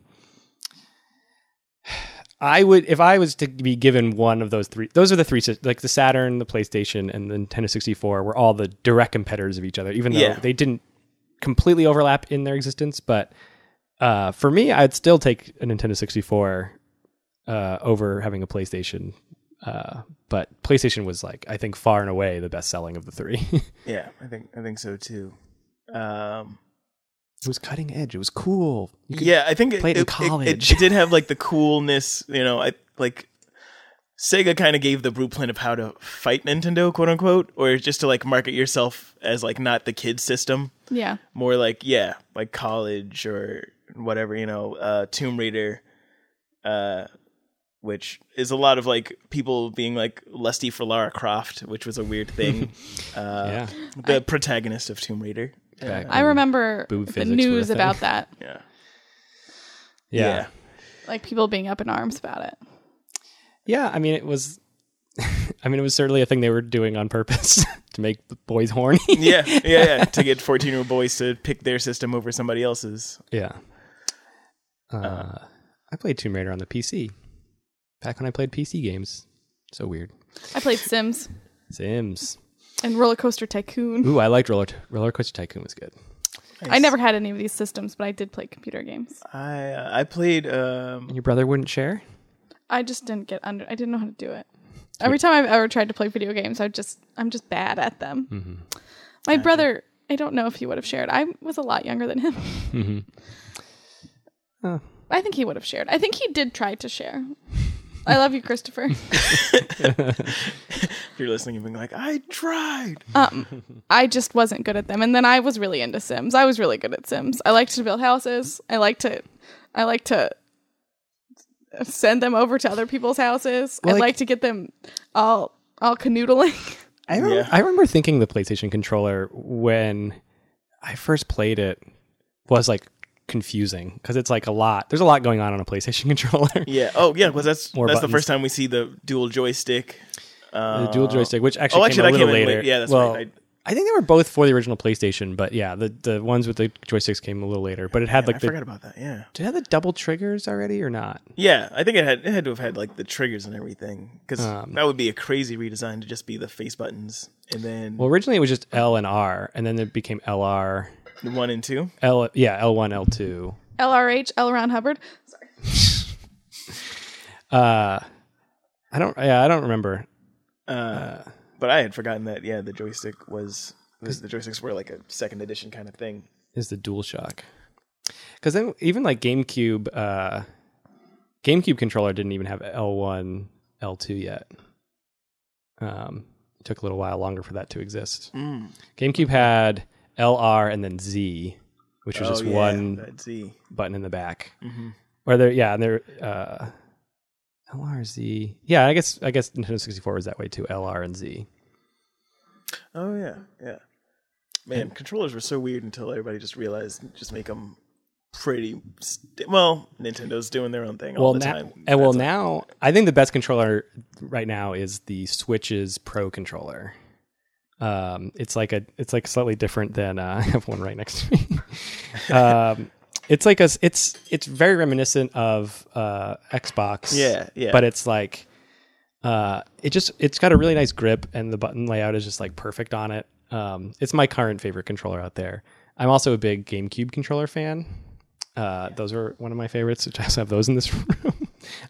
Speaker 1: I would if I was to be given one of those three those are the three sys- like the Saturn, the PlayStation and the Nintendo 64 were all the direct competitors of each other even though
Speaker 3: Yeah.
Speaker 1: they didn't completely overlap in their existence but uh, for me I'd still take a Nintendo 64 uh, over having a PlayStation uh, but PlayStation was like I think far and away the best selling of the three.
Speaker 3: Yeah, I think I think so too. Um,
Speaker 1: It was cutting edge. It was cool. You could-
Speaker 3: yeah, I think
Speaker 1: play it in
Speaker 3: It,
Speaker 1: college.
Speaker 3: did have like the coolness, you know. I like Sega kind of gave the blueprint of how to fight Nintendo, quote unquote, or just to like market yourself as like not the kid system.
Speaker 2: Yeah.
Speaker 3: more like yeah, like college or whatever, you know, uh Tomb Raider uh which is a lot of like people being like lusty for Lara Croft, which was a weird thing.
Speaker 1: Yeah.
Speaker 3: uh the protagonist of Tomb Raider.
Speaker 1: Back
Speaker 2: I
Speaker 1: when-
Speaker 2: remember
Speaker 1: Boob
Speaker 2: the
Speaker 1: physics were a
Speaker 2: news
Speaker 1: thing.
Speaker 2: about that,
Speaker 1: yeah.
Speaker 3: Yeah. yeah.
Speaker 1: yeah.
Speaker 2: like people being up in arms about it.
Speaker 1: I mean, it was. I mean, it was certainly a thing they were doing on purpose to make the boys horny.
Speaker 3: Yeah, yeah, yeah. to get fourteen-year-old boys to pick their system over somebody else's.
Speaker 1: yeah. Uh, I played Tomb Raider on the PC. Back when I played PC games. So weird.
Speaker 2: I played Sims
Speaker 1: Sims.
Speaker 2: and Roller Coaster Tycoon.
Speaker 1: Ooh, I liked Roller Roller Coaster Tycoon was good.
Speaker 2: I never had any of these systems, but I did play computer games.
Speaker 3: I uh, I played. Um,
Speaker 1: And your brother wouldn't share.
Speaker 2: I just didn't get under. I didn't know how to do it. Every time I've ever tried to play video games, I just I'm just bad at them.
Speaker 1: Mm-hmm.
Speaker 2: My brother, I don't know if he would have shared. I was a lot younger than him.
Speaker 1: Mm-hmm. Huh.
Speaker 2: I think he would have shared. I think he did try to share. I love you, Christopher.
Speaker 3: if you're listening, and being like, I tried.
Speaker 2: Um, I just wasn't good at them, and then I was really into Sims. I was really good at Sims. I liked to build houses. I liked to, I liked to send them over to other people's houses. I
Speaker 1: Like-
Speaker 2: like to get them all all canoodling.
Speaker 1: I remember,
Speaker 3: Yeah.
Speaker 1: I remember thinking the PlayStation controller when I first played it was like confusing because it's like a lot. There's a lot going on on a PlayStation controller.
Speaker 3: Yeah. Oh, yeah. Because that's
Speaker 1: More
Speaker 3: that's the
Speaker 1: buttons.
Speaker 3: first time we see the dual joystick.
Speaker 1: the dual joystick, which actually,
Speaker 3: oh, actually,
Speaker 1: came a little
Speaker 3: that came in
Speaker 1: later.
Speaker 3: late. Yeah, that's
Speaker 1: well,
Speaker 3: right.
Speaker 1: I, think they were both for the original PlayStation, but yeah, the, the ones with the joysticks came a little later. But it had
Speaker 3: I
Speaker 1: like the
Speaker 3: forgot about that. Yeah,
Speaker 1: did it have the double triggers already or not?
Speaker 3: yeah. I think it had it had to have had like the triggers and everything because
Speaker 1: Um,
Speaker 3: that would be a crazy redesign to just be the face buttons and then
Speaker 1: Well, originally it was just L and R, and then it became LR,
Speaker 3: one and two.
Speaker 1: L yeah L one L two.
Speaker 2: LRH, L. Ron Hubbard. Sorry.
Speaker 1: Uh, I don't yeah I don't remember.
Speaker 3: Uh, but I had forgotten that. Yeah, the joystick was the, the joysticks were like a second edition kind of thing.
Speaker 1: is the DualShock. Because then even like GameCube, uh, GameCube controller didn't even have L1, L2 yet. Um, it took a little while longer for that to exist. GameCube had LR and then Z, which was
Speaker 3: Oh,
Speaker 1: just
Speaker 3: yeah, Mm-hmm.
Speaker 1: one
Speaker 3: that Z.
Speaker 1: button in the back. Or there, yeah, and there, uh, LR Z. Yeah, I guess I guess Nintendo 64 was that way too. LR and Z.
Speaker 3: Oh yeah, yeah. Man, controllers were so weird until everybody just realized just make them pretty. St- well, Nintendo's doing their own thing all the
Speaker 1: now,
Speaker 3: time.
Speaker 1: And well,
Speaker 3: That's-
Speaker 1: now I think the best controller right now is the Switch's Pro controller. Um, it's like a, it's like slightly different than uh, I have one right next to me. um, it's like a, s- it's it's very reminiscent of uh, Xbox.
Speaker 3: Yeah, yeah.
Speaker 1: But it's like Uh, it just it's got a really nice grip, and the button layout is just like perfect on it. Um, it's my current favorite controller out there. I'm also a big GameCube controller fan. Uh, Those are one of my favorites. Which I also have those in this room.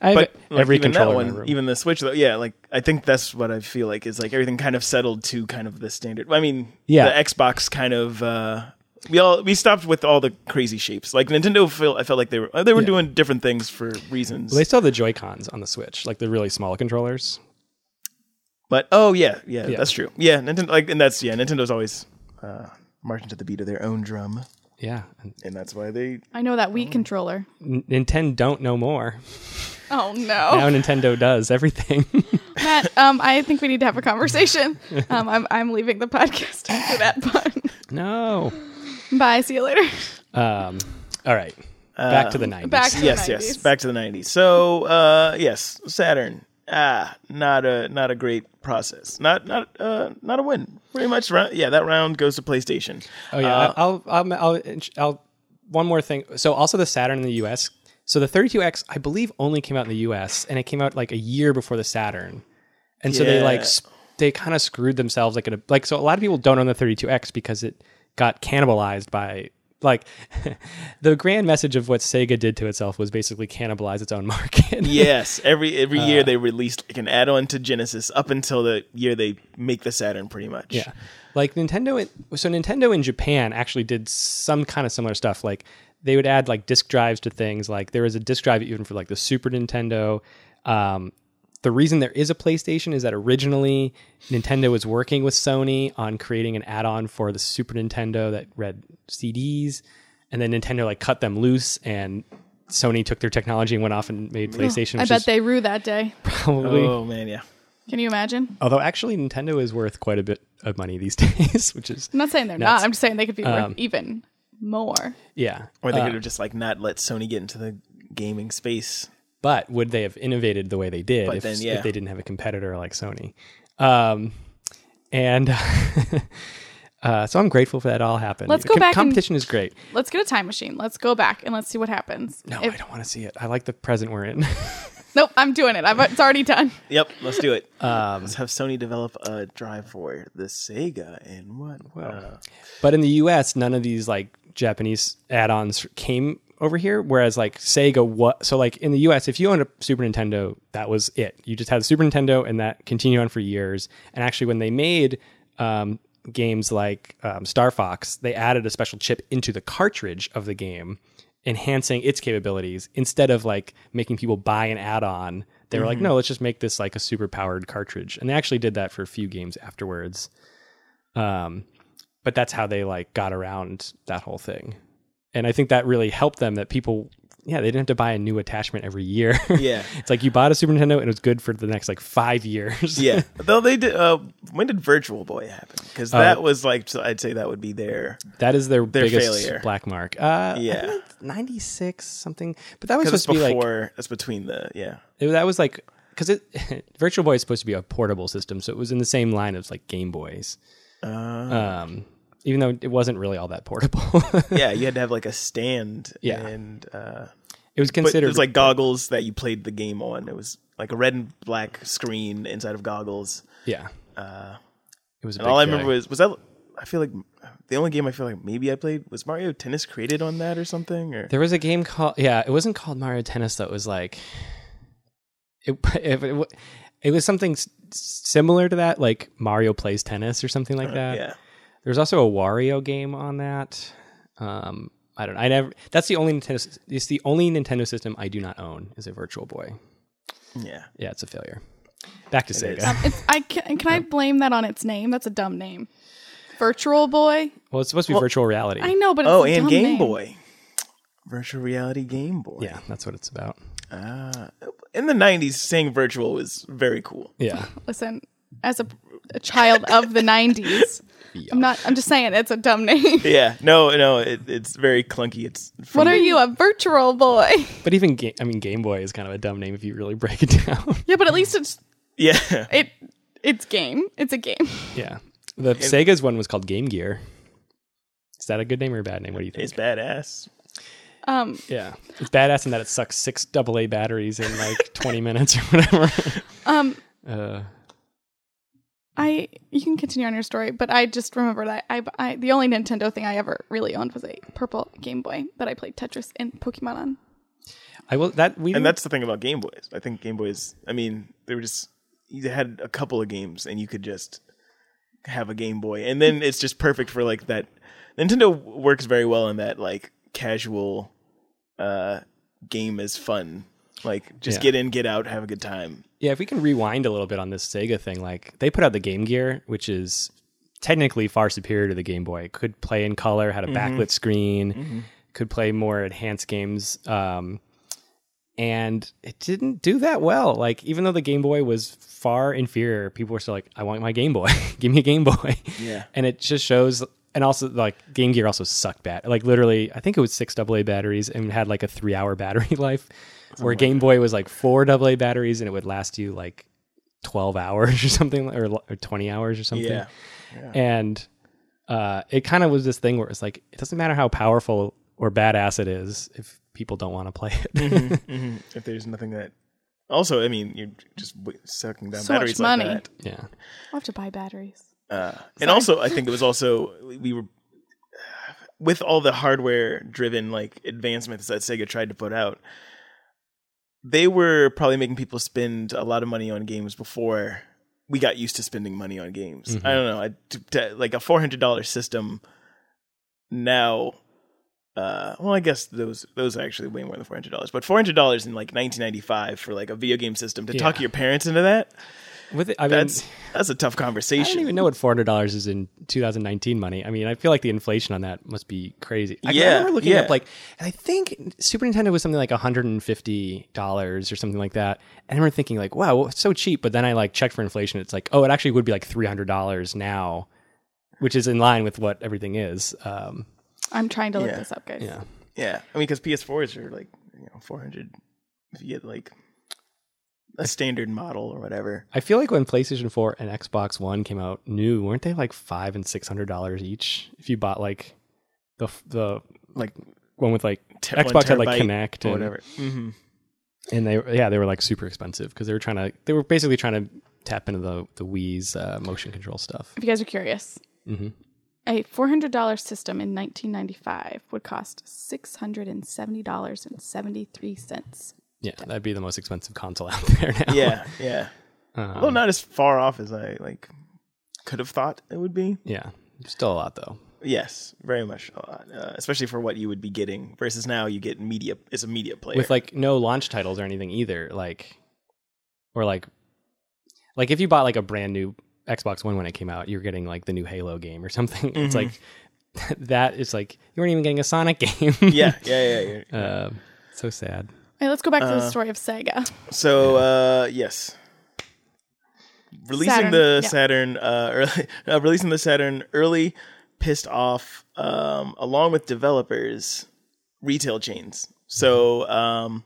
Speaker 1: I have
Speaker 3: But like,
Speaker 1: every
Speaker 3: even
Speaker 1: controller
Speaker 3: that
Speaker 1: in my
Speaker 3: one,
Speaker 1: room.
Speaker 3: even the Switch, though, yeah, like I think that's what I feel like is like everything kind of settled to kind of the standard. I mean,
Speaker 1: Yeah.
Speaker 3: the Xbox kind of. uh we all we stopped with all the crazy shapes. Like Nintendo, feel, I felt like they were they were
Speaker 1: Yeah.
Speaker 3: doing different things for reasons.
Speaker 1: Well, they still have the Joy Cons on the Switch, like the really small controllers.
Speaker 3: But oh yeah, yeah,
Speaker 1: Yeah.
Speaker 3: that's true. Yeah, Nintendo like and that's yeah, Nintendo's always uh marching to the beat of their own drum.
Speaker 1: Yeah,
Speaker 3: And that's why they
Speaker 2: I know that
Speaker 3: Oh.
Speaker 2: Wii controller.
Speaker 1: N- Nintendo don't know more.
Speaker 2: Oh no.
Speaker 1: Now Nintendo does everything.
Speaker 2: Matt, um, I think we need to have a conversation. Um, I'm, I'm leaving the podcast after that pun.
Speaker 1: no.
Speaker 2: Bye. See you later.
Speaker 1: Um, all right. Back to the 90s.
Speaker 2: Um, Back to
Speaker 3: Yes,
Speaker 2: the 90s.
Speaker 3: yes, back to the nineties. So uh yes, Saturn. Ah, not a not a great process. Not not uh not a win. Pretty much round yeah, that round goes to PlayStation.
Speaker 1: Oh yeah, I- I'll, I'll, I'll, I'll, one more thing. So also the Saturn in the U.S. So the 32X, I believe, only came out in the U.S. and it came out like a year before the Saturn, and so they like
Speaker 3: Yeah.
Speaker 1: sp- they kind of screwed themselves like in a, like so a lot of people don't own the 32X because it got cannibalized by like the grand message of what Sega did to itself was basically cannibalize its own market.
Speaker 3: Yes, every every year they released like an add-on to Genesis up until the year they make the Saturn pretty much.
Speaker 1: Yeah. Like Nintendo in, so Nintendo in Japan actually did some kind of similar stuff. Like they would add like disc drives to things. Like there was a disc drive even for like the Super Nintendo. Um the reason there is a PlayStation is that originally Nintendo was working with Sony on creating an add-on for the Super Nintendo that read CDs and then Nintendo like cut them loose and Sony took their technology and went off and made PlayStation.
Speaker 2: Oh, I
Speaker 1: which
Speaker 2: bet
Speaker 1: is
Speaker 2: they rue that day.
Speaker 1: probably
Speaker 3: Oh man, yeah.
Speaker 2: Can you imagine?
Speaker 1: although actually Nintendo is worth quite a bit of money these days, which is
Speaker 2: I'm not saying they're
Speaker 1: Nuts.
Speaker 2: not. I'm just saying they could be
Speaker 3: Um,
Speaker 2: worth even more.
Speaker 1: Yeah.
Speaker 3: Or they
Speaker 1: Uh,
Speaker 3: could have just like not let Sony get into the gaming space.
Speaker 1: but would they have innovated the way they did if,
Speaker 3: then,
Speaker 1: if
Speaker 3: yeah.
Speaker 1: they didn't have a competitor like Sony? Um, and uh, so I'm grateful for that all happened.
Speaker 2: Let's go
Speaker 1: Com-
Speaker 2: back and-
Speaker 1: Competition is great.
Speaker 2: Let's get a time machine. Let's go back and let's see what happens.
Speaker 1: No,
Speaker 2: If-
Speaker 1: I don't want to see it. I like the present we're in.
Speaker 2: Nope, I'm doing it. I've, it's already done.
Speaker 3: Yep, let's do it. Um, let's have Sony develop a drive for the Sega in one. uh,
Speaker 1: but in the U.S., none of these like Japanese add-ons came over here. Whereas like Sega, what? So like in the U.S., if you owned a Super Nintendo, that was it. You just had the Super Nintendo, and that continued on for years. And actually, when they made um, games like um, Star Fox, they added a special chip into the cartridge of the game, enhancing its capabilities instead of like making people buy an add-on. They were like, no, let's just make this like a super powered cartridge. And they actually did that for a few games afterwards. Um, but that's how they like got around that whole thing and i think that really helped them that people yeah they didn't have to buy a new attachment every year
Speaker 3: yeah,
Speaker 1: it's like you bought a super nintendo and it was good for the next like five years
Speaker 3: yeah. Uh, Though they did. Uh, when did Virtual Boy happen? Because that was like so I'd say that would be their
Speaker 1: that is their, biggest
Speaker 3: failure.
Speaker 1: black mark uh I
Speaker 3: Yeah.
Speaker 1: think it's 96 something but that was
Speaker 3: because
Speaker 1: supposed
Speaker 3: it's
Speaker 1: to be
Speaker 3: before.
Speaker 1: like
Speaker 3: it's between the yeah.
Speaker 1: it- that was like because it virtual boy is supposed to be a portable system so it was in the same line as like game boys
Speaker 3: Oh.
Speaker 1: um even though it wasn't really all that portable
Speaker 3: Yeah, you had to have like a stand.
Speaker 1: Yeah.
Speaker 3: and uh,
Speaker 1: it was
Speaker 3: but it
Speaker 1: considered
Speaker 3: was like goggles that you played the game on. It was like a red and black screen inside of goggles.
Speaker 1: yeah it was a
Speaker 3: uh, And all I
Speaker 1: big
Speaker 3: remember
Speaker 1: failure.
Speaker 3: was was that I feel like the only game I feel like maybe I played was Mario Tennis created on that or something or
Speaker 1: There was a game called yeah, it wasn't called Mario Tennis though. It was like it it, it, it was something s- similar to that, like Mario plays tennis or something like that.
Speaker 3: yeah.
Speaker 1: There's also a Wario game on that. Um, I don't. I never. That's the only Nintendo. s- It's the only Nintendo system I do not own is a Virtual Boy.
Speaker 3: Yeah.
Speaker 1: Yeah, it's a failure. Back to Sega.
Speaker 3: is.
Speaker 2: It's, I can, can I blame that on its name? That's a dumb name. Virtual Boy.
Speaker 1: Well, it's supposed to be virtual reality.
Speaker 2: I know, but it's
Speaker 3: Oh,
Speaker 2: a
Speaker 3: and
Speaker 2: dumb
Speaker 3: Game
Speaker 2: name.
Speaker 3: Boy. Virtual reality Game Boy.
Speaker 1: yeah, that's what it's about.
Speaker 3: In the 90s, saying virtual was very cool.
Speaker 1: Yeah,
Speaker 2: Listen, as a, a child of the '90s, I'm not. I'm just saying it's a dumb name.
Speaker 3: Yeah. No, no, it, it's very clunky. It's from
Speaker 2: What are you, a virtual boy?
Speaker 1: but even ga- I mean, Game Boy is kind of a dumb name if you really break it down.
Speaker 2: yeah, but at least it's
Speaker 3: Yeah.
Speaker 2: it. It's game. It's a game.
Speaker 1: Yeah. The Sega's one was called Game Gear. Is that a good name or a bad name? What do you think?
Speaker 3: It's badass.
Speaker 2: Um,
Speaker 1: yeah. It's badass in that it sucks six AA batteries in like 20 minutes or whatever.
Speaker 2: um,
Speaker 1: Uh,
Speaker 2: I you can continue on your story, but I just remember that I, I the only Nintendo thing I ever really owned was a purple Game Boy that I played Tetris and Pokemon on.
Speaker 1: I will that
Speaker 2: Mm-hmm.
Speaker 1: we
Speaker 3: And that's the thing about Game Boys. I think Game Boys. I mean, they were just you had a couple of games, and you could just have a Game Boy, and then it's just perfect for like that. Nintendo works very well in that like casual uh, game is fun. Like just
Speaker 1: Yeah.
Speaker 3: get in, get out, have a good time.
Speaker 1: Yeah, if we can rewind a little bit on this Sega thing, like they put out the Game Gear, which is technically far superior to the Game Boy. It could play in color, had a
Speaker 3: Mm-hmm.
Speaker 1: backlit screen, could play more enhanced games. Um, and it didn't do that well. Like, even though the Game Boy was far inferior, people were still like, I want my Game Boy. Give me a Game Boy.
Speaker 3: Yeah.
Speaker 1: And it just shows. And also, like, Game Gear also sucked bad. Like, literally, I think it was six AA batteries and had like a three hour battery life, where Game Boy was like four AA batteries and it would last you like 12 hours or something, or, or 20 hours or something
Speaker 3: Yeah,
Speaker 1: and uh, it kind of was this thing where it's like it doesn't matter how powerful or badass it is if people don't want to play it.
Speaker 3: Mm-hmm. if there's nothing that. Also, I mean, you're just w- sucking down
Speaker 2: So much
Speaker 3: batteries
Speaker 2: money.
Speaker 3: like that.
Speaker 1: yeah,
Speaker 2: I'll have to buy batteries.
Speaker 3: Uh, and also, I think it was also we were with all the hardware-driven like advancements that Sega tried to put out. They were probably making people spend a lot of money on games before we got used to spending money on games.
Speaker 1: Mm-hmm.
Speaker 3: I don't know, I, t- t- like a four hundred dollar system now. Uh, well, I guess those those are actually way more than four hundred dollars, but four hundred dollars in like nineteen ninety five for like a video game system to talk
Speaker 1: Yeah.
Speaker 3: your parents into that
Speaker 1: with it, I mean,
Speaker 3: that's that's a tough
Speaker 1: I
Speaker 3: conversation.
Speaker 1: don't even know what four hundred dollars is in two thousand nineteen money. I mean, I feel like the inflation on that must be crazy. I, I
Speaker 3: Yeah,
Speaker 1: remember looking
Speaker 3: yeah.
Speaker 1: up like, and I think Super Nintendo was something like one hundred and fifty dollars or something like that. And I remember thinking like, wow, well, it's so cheap. But then I like checked for inflation. It's like, oh, it actually would be like three hundred dollars now, which is in line with what everything is. Um,
Speaker 2: I'm trying to look
Speaker 3: Yeah.
Speaker 2: this up, guys.
Speaker 1: yeah.
Speaker 3: Yeah, I mean, because PS4s are like you know 400. If you get like a standard model or whatever,
Speaker 1: I feel like when PlayStation 4 and Xbox One came out new, weren't they like five and six hundred dollars each if you bought like the the
Speaker 3: like
Speaker 1: one with like
Speaker 3: te- one
Speaker 1: Xbox had like
Speaker 3: terabyte
Speaker 1: Connect
Speaker 3: or
Speaker 1: and
Speaker 3: whatever. Mm-hmm.
Speaker 1: and they yeah they were like super expensive because they were trying to they were basically trying to tap into the the Wii's uh, motion control stuff.
Speaker 2: If you guys are curious,
Speaker 1: hmm
Speaker 2: a four hundred dollar system in nineteen ninety five would cost six hundred and seventy dollars and seventy three cents.
Speaker 1: Yeah, that'd be the most expensive console out there now.
Speaker 3: Yeah, yeah.
Speaker 1: Um,
Speaker 3: well, not as far off as I like could have thought it would be.
Speaker 1: yeah, still a lot though.
Speaker 3: Yes, very much a lot, uh, especially for what you would be getting versus now you get media. It's a media player.
Speaker 1: with like no launch titles or anything either like or like like if you bought like a brand new xbox one when it came out you're getting like the new halo game or something it's like that is like you weren't even getting a sonic game
Speaker 3: yeah, yeah, yeah. yeah.
Speaker 1: uh, so sad
Speaker 2: All right, let's go back to the story of Sega.
Speaker 3: So uh, yes, releasing
Speaker 2: Saturn,
Speaker 3: the
Speaker 2: yeah.
Speaker 3: Saturn uh, early, uh, releasing the Saturn early, pissed off um, along with developers, retail chains. So um,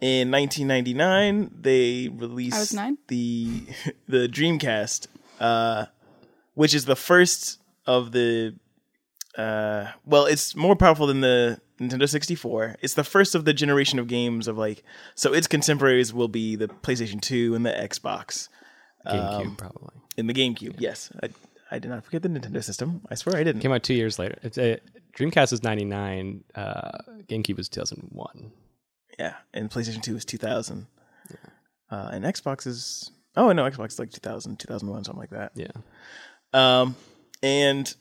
Speaker 3: in 1999, they released
Speaker 2: nine.
Speaker 3: the the Dreamcast, uh, which is the first of the uh, well, it's more powerful than the Nintendo 64. It's the first of the generation of games of like, so its contemporaries will be the PlayStation 2 and the Xbox
Speaker 1: gamecube probably
Speaker 3: in the GameCube. Yes, I, I did not forget the Nintendo system. I swear I didn't.
Speaker 1: came out two years later it's a dreamcast was 99 uh, gamecube was 2001
Speaker 3: yeah, and PlayStation 2 is 2000. Uh, and Xbox is oh no, Xbox is like 2000, 2001, something like that.
Speaker 1: yeah
Speaker 3: Um, and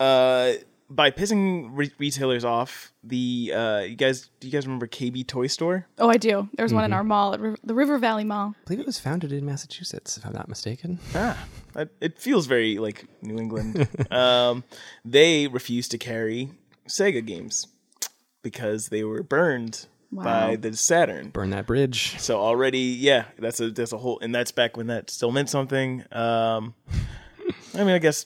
Speaker 3: uh, by pissing re- retailers off, the uh, you guys, do you guys remember KB Toy Store?
Speaker 2: Oh, I do. There was one in our mall, at River, the River Valley Mall.
Speaker 1: I believe it was founded in Massachusetts, if I'm not mistaken.
Speaker 3: Ah, that, it feels very like New England. um, they refused to carry Sega games because they were burned by the Saturn.
Speaker 1: Burn that bridge.
Speaker 3: So already, yeah, that's a that's a whole, and that's back when that still meant something. Um, I mean, I guess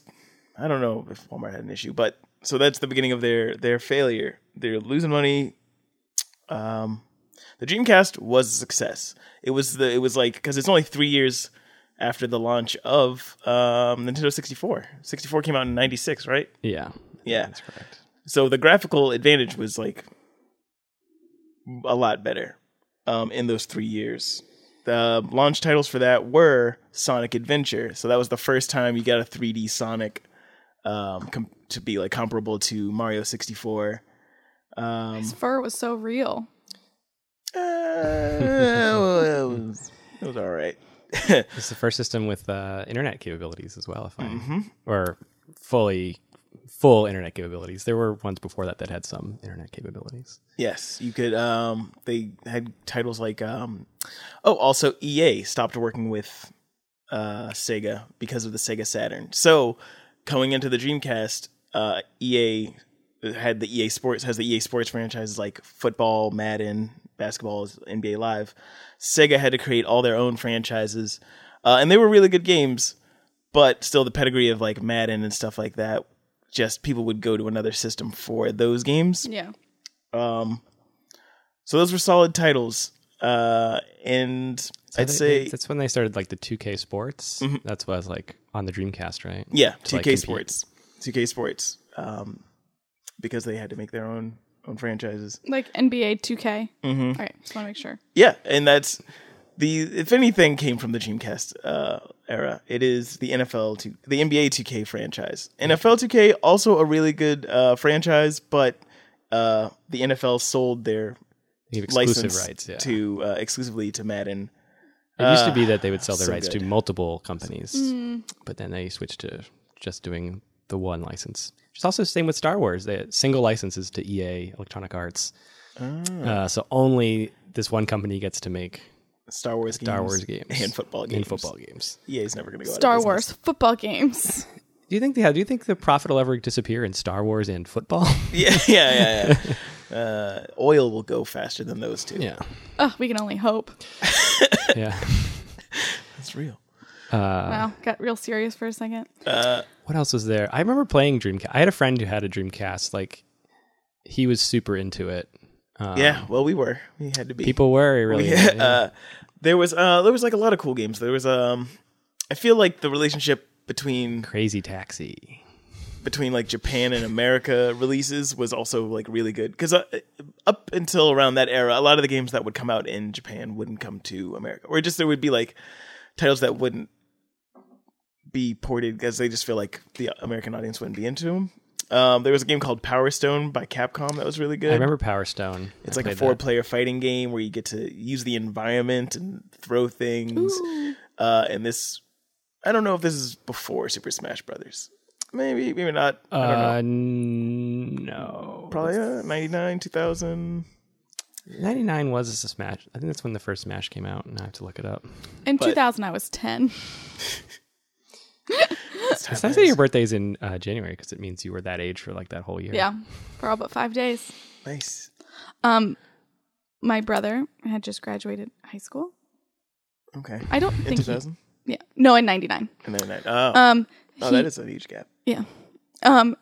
Speaker 3: I don't know if Walmart had an issue, but so that's the beginning of their their failure. They're losing money. Um, the Dreamcast was a success. It was the it was like because it's only three years after the launch of um, Nintendo 64. 64 came out in '96, right?
Speaker 1: Yeah.
Speaker 3: Yeah.
Speaker 1: That's correct.
Speaker 3: So the graphical advantage was like a lot better um, in those three years. The launch titles for that were Sonic Adventure. So that was the first time you got a 3D Sonic um, com- to be like comparable to Mario 64. Um,
Speaker 2: His fur was so real.
Speaker 3: uh, well, it, was, it was all right.
Speaker 1: It's the first system with uh, internet capabilities as well, if I
Speaker 3: Mm-hmm.
Speaker 1: or fully full internet capabilities. There were ones before that that had some internet capabilities.
Speaker 3: Yes, you could. Um, they had titles like, um, oh, also EA stopped working with uh, Sega because of the Sega Saturn. So coming into the Dreamcast, uh, EA had the EA Sports has the EA Sports franchises like football, Madden, basketball, NBA Live. Sega had to create all their own franchises, uh, and they were really good games, but still the pedigree of like Madden and stuff like that. Just people would go to another system for those games.
Speaker 2: Yeah.
Speaker 3: Um, so those were solid titles, uh, and
Speaker 1: So
Speaker 3: I'd
Speaker 1: they-
Speaker 3: say Mm-hmm.
Speaker 1: that's when they started like the 2K Sports. That's what I was like on the Dreamcast, right?
Speaker 3: yeah,
Speaker 1: to,
Speaker 3: two
Speaker 1: like,
Speaker 3: K
Speaker 1: compete.
Speaker 3: Sports, two K Sports, um, because they had to make their own own franchises.
Speaker 2: Like NBA 2K. Mm-hmm. All right. Just want to make sure.
Speaker 3: Yeah, and that's the if anything came from the Dreamcast uh, era, it is the NFL to the NBA 2K franchise. NFL 2K also a really good uh, franchise, but uh, the NFL sold their
Speaker 1: They have exclusive
Speaker 3: license
Speaker 1: rights. Yeah.
Speaker 3: to uh, exclusively to Madden.
Speaker 1: it used to be that they would sell their
Speaker 3: uh, so
Speaker 1: rights
Speaker 3: good.
Speaker 1: to multiple companies, but then they switched to just doing the one license. It's also the same with Star Wars. They had single licenses to EA, Electronic Arts.
Speaker 3: Ah.
Speaker 1: Uh, so only this one company gets to make
Speaker 3: Star Wars games,
Speaker 1: Star Wars games
Speaker 3: and football games.
Speaker 1: and football games.
Speaker 3: EA's never going to go out of
Speaker 2: Star
Speaker 3: business.
Speaker 2: Wars football games.
Speaker 1: Do you think yeah, do you think the profit will ever disappear in Star Wars and football?
Speaker 3: Yeah, yeah, yeah. yeah. uh, oil will go faster than those two.
Speaker 1: yeah.
Speaker 2: Ugh, we can only hope.
Speaker 1: Yeah.
Speaker 3: That's real. Uh,
Speaker 2: wow. Got real serious for a second.
Speaker 1: what else was there? I remember playing Dreamcast. I had a friend who had a Dreamcast. Like he was super into it. Um,
Speaker 3: yeah, well, we were. We had to be.
Speaker 1: People were really.
Speaker 3: Yeah,
Speaker 1: into it, yeah.
Speaker 3: Uh, there was uh, there was like a lot of cool games. There was um, I feel like the relationship between
Speaker 1: Crazy Taxi.
Speaker 3: between like Japan and America releases was also like really good because uh, up until around that era, a lot of the games that would come out in Japan wouldn't come to America, or just there would be like titles that wouldn't be ported because they just feel like the American audience wouldn't be into them. Um, there was a game called Power Stone by Capcom that was really good.
Speaker 1: I remember Power Stone.
Speaker 3: It's
Speaker 1: I
Speaker 3: like a
Speaker 1: played
Speaker 3: four
Speaker 1: that.
Speaker 3: player fighting game where you get to use the environment and throw things. Uh, and this, I don't know if this is before Super Smash Brothers. Maybe, maybe not. I don't know.
Speaker 1: Uh, no.
Speaker 3: Probably uh, 99, 2000.
Speaker 1: 99 was a Smash. I think that's when the first Smash came out, and I have to look it up.
Speaker 2: In
Speaker 3: But-
Speaker 2: 2000, I was 10.
Speaker 1: It's nice that your birthday's in uh, January because it means you were that age for like that whole year.
Speaker 2: Yeah. For all but five days.
Speaker 3: Nice.
Speaker 2: Um, my brother had just graduated high school.
Speaker 3: Okay.
Speaker 2: I don't
Speaker 3: In
Speaker 2: think. he-
Speaker 3: 2000?
Speaker 2: yeah. No, in 99.
Speaker 3: And then, I- oh,
Speaker 1: Uh,
Speaker 2: Um,
Speaker 3: oh
Speaker 2: he-
Speaker 3: that is a huge gap.
Speaker 2: Yeah. Um,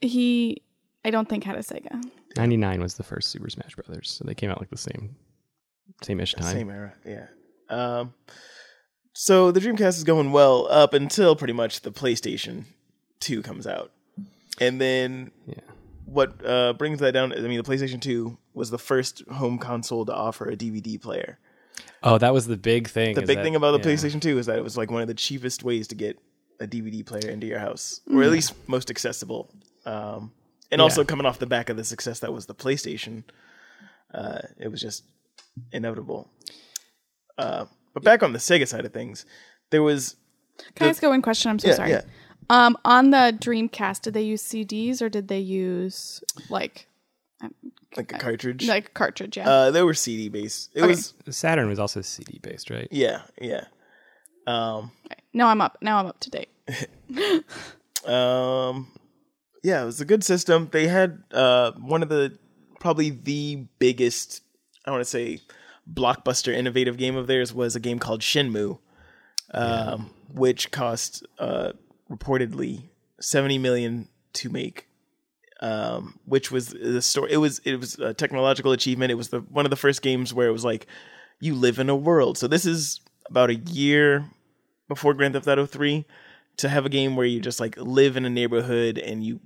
Speaker 2: he, I don't think had a Sega.
Speaker 1: 99 was the first Super Smash Brothers, so they came out like the same, same ish time.
Speaker 3: Same era, yeah. Um, so the Dreamcast is going well up until pretty much the PlayStation 2 comes out. And then
Speaker 1: Yeah.
Speaker 3: what uh, brings that down, I mean, the PlayStation 2 was the first home console to offer a DVD player.
Speaker 1: Oh, that was the big thing.
Speaker 3: The
Speaker 1: is
Speaker 3: big
Speaker 1: that-
Speaker 3: thing about the
Speaker 1: yeah.
Speaker 3: PlayStation 2 is that it was like one of the cheapest ways to get a DVD player into your house, or
Speaker 1: Mm.
Speaker 3: at least most accessible. Um, and also coming off the back of the success that was the PlayStation, uh, it was just inevitable. Uh, but back on the Sega side of things, there was
Speaker 2: Can I ask you one question? I'm so sorry.
Speaker 3: yeah.
Speaker 2: Um, on the Dreamcast, did they use CDs or did they use like
Speaker 3: like a cartridge.
Speaker 2: like cartridge? Yeah.
Speaker 3: uh, there were CD based. It was
Speaker 1: Saturn was also CD based, right?
Speaker 3: yeah, yeah. Um,
Speaker 2: Okay. Now I'm up. Now I'm up to date.
Speaker 3: Um, yeah, it was a good system. They had uh, one of the probably the biggest, I want to say, blockbuster innovative game of theirs was a game called Shinmu, um, which cost uh, reportedly seventy million to make. Um, which was the story. It was it was a technological achievement. It was the one of the first games where it was like you live in a world. So this is about a year before Grand Theft Auto 3 to have a game where you just like live in a neighborhood and you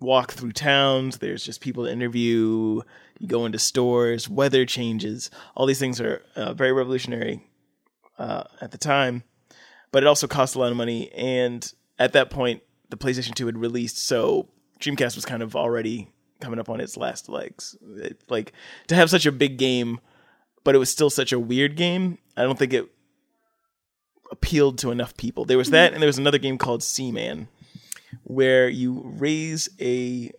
Speaker 3: walk through towns. There's just people to interview. You go into stores. Weather changes. All these things are uh, very revolutionary uh, at the time, but it also cost a lot of money. And at that point, the PlayStation 2 had released, so Dreamcast was kind of already coming up on its last legs. It, like to have such a big game, but it was still such a weird game. I don't think it appealed to enough people. There was that, and there was another game called Seaman, where you raise a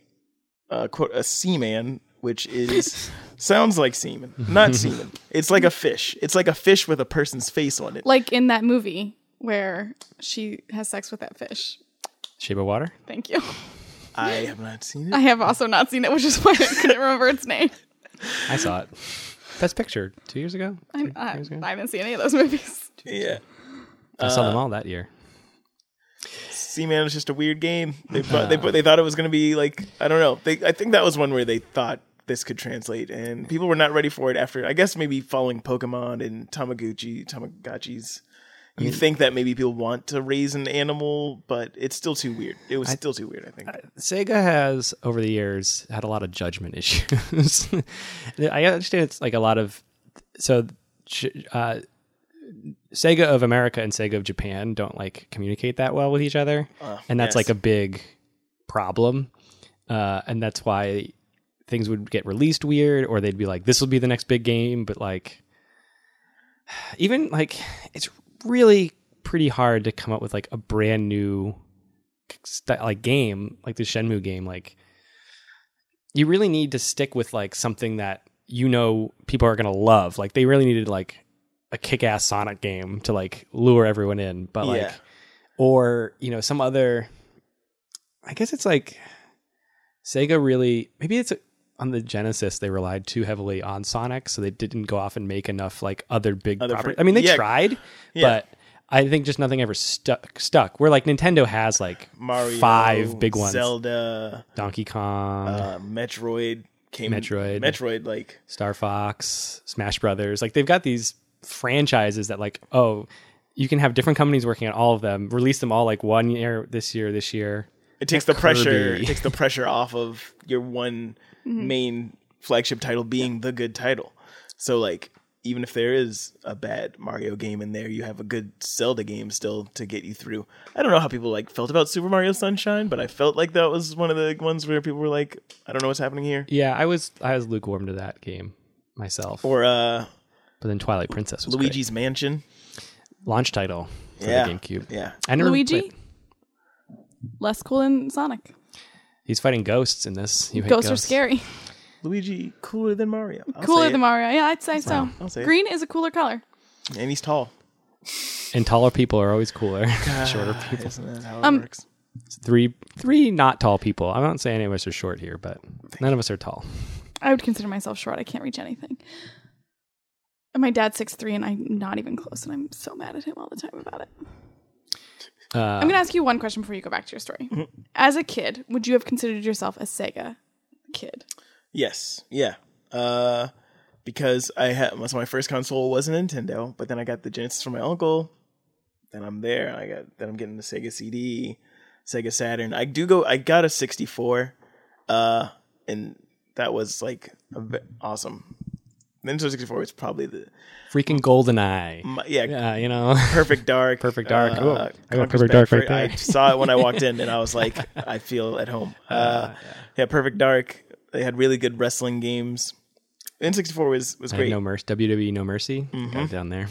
Speaker 3: uh, quote a seaman, which is sounds like semen, not semen. It's like a fish. It's like a fish with a person's face on it.
Speaker 2: Like in that movie where she has sex with that fish.
Speaker 1: Shape of Water.
Speaker 2: Thank you.
Speaker 3: I have not seen
Speaker 2: I
Speaker 3: it.
Speaker 2: have also not seen it, which is why I couldn't remember its name.
Speaker 1: I saw it. Best Picture two years ago.
Speaker 2: I, I, uh, I haven't seen any of those movies.
Speaker 3: Yeah,
Speaker 1: I saw them
Speaker 3: Uh,
Speaker 1: all that year.
Speaker 3: Seaman was just a weird game. They thought, they, they thought it was going to be like I don't know. They I think that was one where they thought this could translate, and people were not ready for it. After I guess maybe following Pokemon and Tamaguchi Tamagotchis. You think that maybe people want to raise an animal, but it's still too weird. It was still too weird, I think.
Speaker 1: Sega has over the years had a lot of judgment issues. I understand it's like a lot of so uh, Sega of America and Sega of Japan don't like communicate that well with each other, and that's
Speaker 3: yes.
Speaker 1: like a big problem. Uh, and that's why things would get released weird, or they'd be like, "This will be the next big game," but like even like it's really pretty hard to come up with like a brand new st- like game like the Shenmue game like you really need to stick with like something that you know people are going to love like they really needed like a kick-ass Sonic game to like lure everyone in but like
Speaker 3: Yeah.
Speaker 1: or you know some other I guess it's like Sega really maybe it's uh, on the Genesis they relied too heavily on Sonic, so they didn't go off and make enough like other big
Speaker 3: Other
Speaker 1: property.
Speaker 3: fr-
Speaker 1: I mean, they
Speaker 3: yeah.
Speaker 1: tried,
Speaker 3: Yeah.
Speaker 1: but I think just nothing ever stuck. Stuck. Where like Nintendo has like
Speaker 3: Mario,
Speaker 1: five big ones:
Speaker 3: Zelda,
Speaker 1: Donkey Kong,
Speaker 3: uh, Metroid came.
Speaker 1: Metroid.
Speaker 3: Metroid, like
Speaker 1: Star Fox, Smash Brothers. Like they've got these franchises that like oh, you can have different companies working on all of them, release them all like one year this year, this year.
Speaker 3: it takes the pressure.
Speaker 1: Kirby.
Speaker 3: It takes the pressure off of your one
Speaker 2: Mm-hmm.
Speaker 3: main flagship title being the good title. So like, even if there is a bad Mario game in there, you have a good Zelda game still to get you through. I don't know how people like felt about Super Mario Sunshine, but I felt like that was one of the ones where people were like, I don't know what's happening here.
Speaker 1: Yeah, I was I was lukewarm to that game myself.
Speaker 3: Or uh,
Speaker 1: but then Twilight Princess was great.
Speaker 3: Luigi's Mansion.
Speaker 1: launch title for
Speaker 3: Yeah.
Speaker 1: the GameCube.
Speaker 3: Yeah.
Speaker 1: I never
Speaker 2: Luigi,
Speaker 1: played-
Speaker 2: less cool than Sonic.
Speaker 1: He's fighting ghosts in this. You hate
Speaker 2: Ghosts, are scary.
Speaker 3: Luigi cooler than Mario. I'll say
Speaker 2: Cooler
Speaker 3: it.
Speaker 2: than Mario. Yeah, I'd say so.
Speaker 3: I'll say it.
Speaker 2: Green is a cooler color.
Speaker 3: and he's tall.
Speaker 1: And taller people are always cooler. Shorter people.
Speaker 3: Ah, Isn't that how it
Speaker 2: Um,
Speaker 3: works?
Speaker 1: Three three not tall people. I don't say any of us are short here, but none of us are tall.
Speaker 2: I would consider myself short. I can't reach anything. And my dad's six three, and I'm not even close, and I'm so mad at him all the time about it.
Speaker 1: Uh,
Speaker 3: Ah.
Speaker 2: I'm going to ask you one question before you go back to your story.
Speaker 3: Mm-hmm.
Speaker 2: As a kid, would you have considered yourself a Sega kid?
Speaker 3: Yes. Yeah. Uh, because I had so my first console was a Nintendo, but then I got the Genesis from my uncle. Then I'm there. I got then I'm getting the Sega CD, Sega Saturn. I do go. I got a 64, uh, and that was like a ve- awesome. Nintendo 64 was probably the
Speaker 1: freaking Goldeneye.
Speaker 3: my, yeah,
Speaker 1: Yeah, you know.
Speaker 3: Perfect Dark.
Speaker 1: Perfect Dark.
Speaker 3: Uh,
Speaker 1: Ooh, I got
Speaker 3: Conquer's
Speaker 1: Perfect Dark
Speaker 3: Bad Fur-
Speaker 1: right
Speaker 3: I
Speaker 1: there.
Speaker 3: saw it when I walked in, and I was like, I feel at home. Uh, yeah. Perfect Dark. They had really good wrestling games. N64 was was
Speaker 1: I had
Speaker 3: great. Mm-hmm.
Speaker 1: no mercy. WWE No Mercy. Got it down there.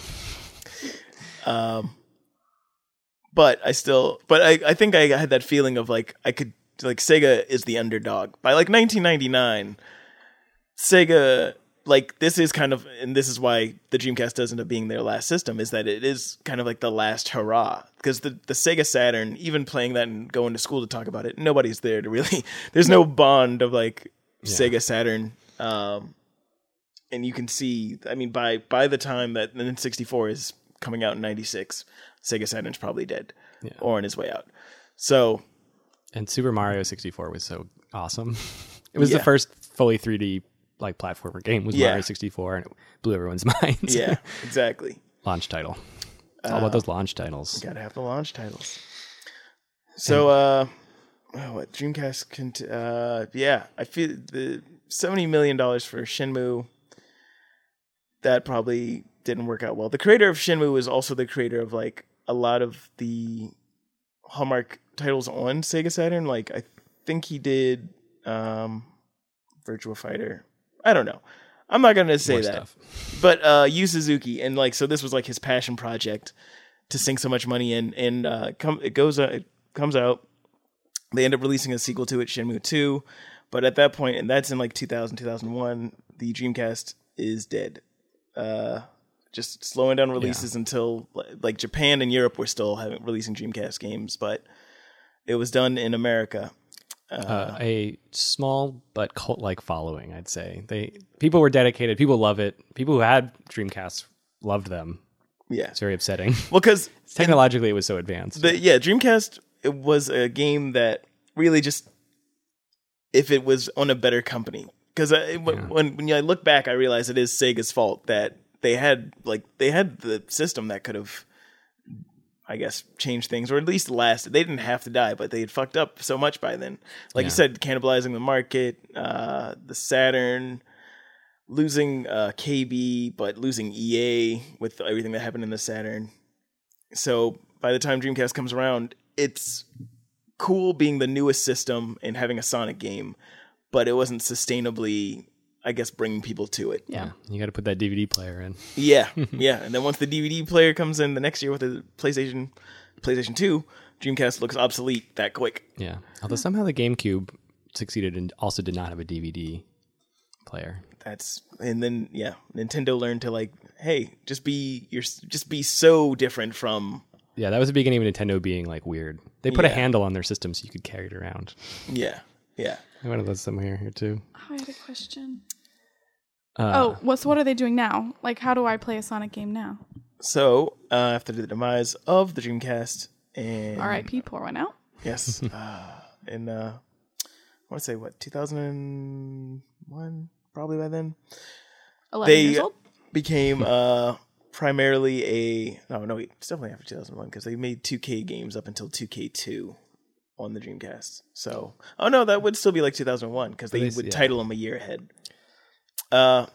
Speaker 3: but I still, but I, I think I had that feeling of like I could like Sega is the underdog by like 1999. Sega like this is kind of and this is why the Dreamcast does end up being their last system is that it is kind of like the last hurrah because the the Sega Saturn even playing that and going to school to talk about it nobody's there to really there's no bond of like Sega Saturn um and you can see i mean by by the time that the n64 is coming out in 96 sega saturn's probably dead or on his way out so
Speaker 1: And Super Mario 64 was so awesome. It was
Speaker 3: Yeah.
Speaker 1: the first fully 3D like platformer game was
Speaker 3: Yeah.
Speaker 1: Mario 64 and it blew everyone's minds.
Speaker 3: yeah exactly
Speaker 1: launch title.
Speaker 3: Uh,
Speaker 1: It's all about those launch titles.
Speaker 3: gotta have the launch titles so uh oh, what Dreamcast can. T- uh, yeah, I feel the seventy million dollars for Shinmu. That probably didn't work out well. The creator of Shinmu was also the creator of like a lot of the Hallmark titles on Sega Saturn. Like I think he did um, Virtua Fighter. I don't know. I'm not gonna say
Speaker 1: More
Speaker 3: that
Speaker 1: stuff.
Speaker 3: but uh Yu Suzuki and like so this was like his passion project to sink so much money in and uh come it goes uh, it comes out they end up releasing a sequel to it Shenmue 2 but at that point and that's in like 2000 2001 the Dreamcast is dead uh just slowing down releases until like Japan and Europe were still having releasing Dreamcast games but it was done in America
Speaker 1: uh, a small but cult-like following. I'd say they people were dedicated. People love it. People who had Dreamcasts loved them.
Speaker 3: yeah
Speaker 1: It's very upsetting.
Speaker 3: well cuz
Speaker 1: Technologically, it was so advanced.
Speaker 3: The, yeah, Dreamcast it was a game that really just if it was on a better company because when when when I look back, I realize it is Sega's fault that they had like they had the system that could have. I guess changed things, or at least lasted. They didn't have to die, but they had fucked up so much by then. Like you
Speaker 1: Yeah.
Speaker 3: said, cannibalizing the market, uh, the Saturn, losing uh, KB, but losing EA with everything that happened in the Saturn. So by the time Dreamcast comes around, it's cool being the newest system and having a Sonic game, but it wasn't sustainably, I guess, bringing people to it.
Speaker 2: Yeah.
Speaker 1: you got to put that DVD player in.
Speaker 3: Yeah, yeah. And then once the DVD player comes in the next year with the PlayStation, PlayStation Two, Dreamcast looks obsolete that quick.
Speaker 1: Yeah. Although somehow the GameCube succeeded and also did not have a DVD player.
Speaker 3: That's and then yeah, Nintendo learned to like, hey, just be your, just be so different from
Speaker 1: Yeah, that was the beginning of Nintendo being like weird. They put a
Speaker 3: Yeah.
Speaker 1: handle on their system so you could carry it around.
Speaker 3: yeah, yeah.
Speaker 1: I wanted those somewhere here too.
Speaker 2: Oh, I had a question.
Speaker 1: Uh,
Speaker 2: Oh, well, so what are they doing now? Like, how do I play a Sonic game now?
Speaker 3: So uh, after the demise of the Dreamcast and
Speaker 2: R.I.P. Pour one out.
Speaker 3: Yes. uh, in uh, I want to say what 2001, probably by then.
Speaker 2: Eleven
Speaker 3: They-
Speaker 2: years old.
Speaker 3: became uh primarily a no no wait, it's definitely after 2001 because they made 2K games up until 2K2 on the Dreamcast. So oh no, that would still be like 2001 because they
Speaker 1: At least,
Speaker 3: would
Speaker 1: yeah.
Speaker 3: title them a year ahead. Uh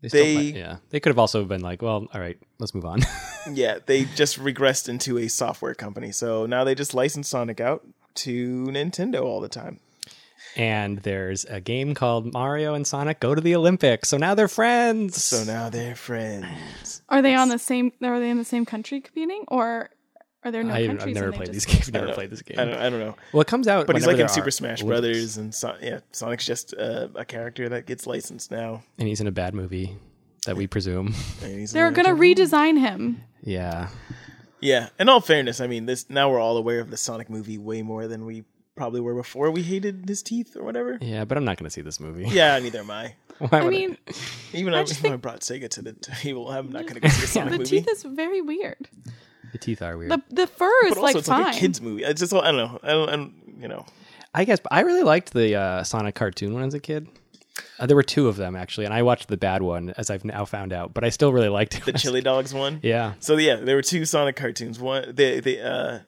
Speaker 1: they, still
Speaker 3: they-
Speaker 1: might- yeah, they could have also been like, well, all right, let's move on.
Speaker 3: yeah, they just regressed into a software company. So now they just license Sonic out to Nintendo all the time.
Speaker 1: and there's a game called Mario and Sonic Go to the Olympics. So now they're friends.
Speaker 3: So now they're friends.
Speaker 2: Are they on the same? Are they in the same country competing, or are there no
Speaker 1: I, I've
Speaker 2: countries? and
Speaker 1: never
Speaker 2: they
Speaker 1: played
Speaker 2: just-
Speaker 1: these games. I've
Speaker 3: I
Speaker 1: never
Speaker 3: don't-
Speaker 1: played this game.
Speaker 3: I don't, I don't know.
Speaker 1: Well, it comes out,
Speaker 3: But he's
Speaker 1: whenever
Speaker 3: like in
Speaker 1: there
Speaker 3: Super
Speaker 1: are
Speaker 3: Smash
Speaker 1: Olympics.
Speaker 3: Brothers, and Son- yeah, Sonic's just uh, a character that gets licensed now.
Speaker 1: and he's in a bad movie that we presume.
Speaker 3: And he's
Speaker 2: They're
Speaker 3: in
Speaker 2: gonna redesign him.
Speaker 1: yeah,
Speaker 3: Yeah, in all fairness, I mean, this now we're all aware of the Sonic movie way more than we probably were before we hated his teeth or whatever.
Speaker 1: yeah, but I'm not going to see this movie.
Speaker 3: Yeah, neither am I.
Speaker 1: Why
Speaker 2: I
Speaker 1: would
Speaker 2: mean,
Speaker 3: Even though
Speaker 2: just
Speaker 3: even though I brought Sega to the table, I'm not going to go see a Sonic
Speaker 2: the
Speaker 3: movie.
Speaker 2: teeth is very weird.
Speaker 1: the teeth are weird.
Speaker 2: The the fur is
Speaker 3: but also,
Speaker 2: like
Speaker 3: it's
Speaker 2: fine.
Speaker 3: like a kids movie. It's just I don't know. I don't, I don't you know.
Speaker 1: I guess but I really liked the uh, Sonic cartoon when I was a kid. Uh, there were two of them actually, and I watched the bad one, as I've now found out. But I still really liked it.
Speaker 3: The Chili Dogs one.
Speaker 1: yeah,
Speaker 3: So yeah, there were two Sonic cartoons. One the the uh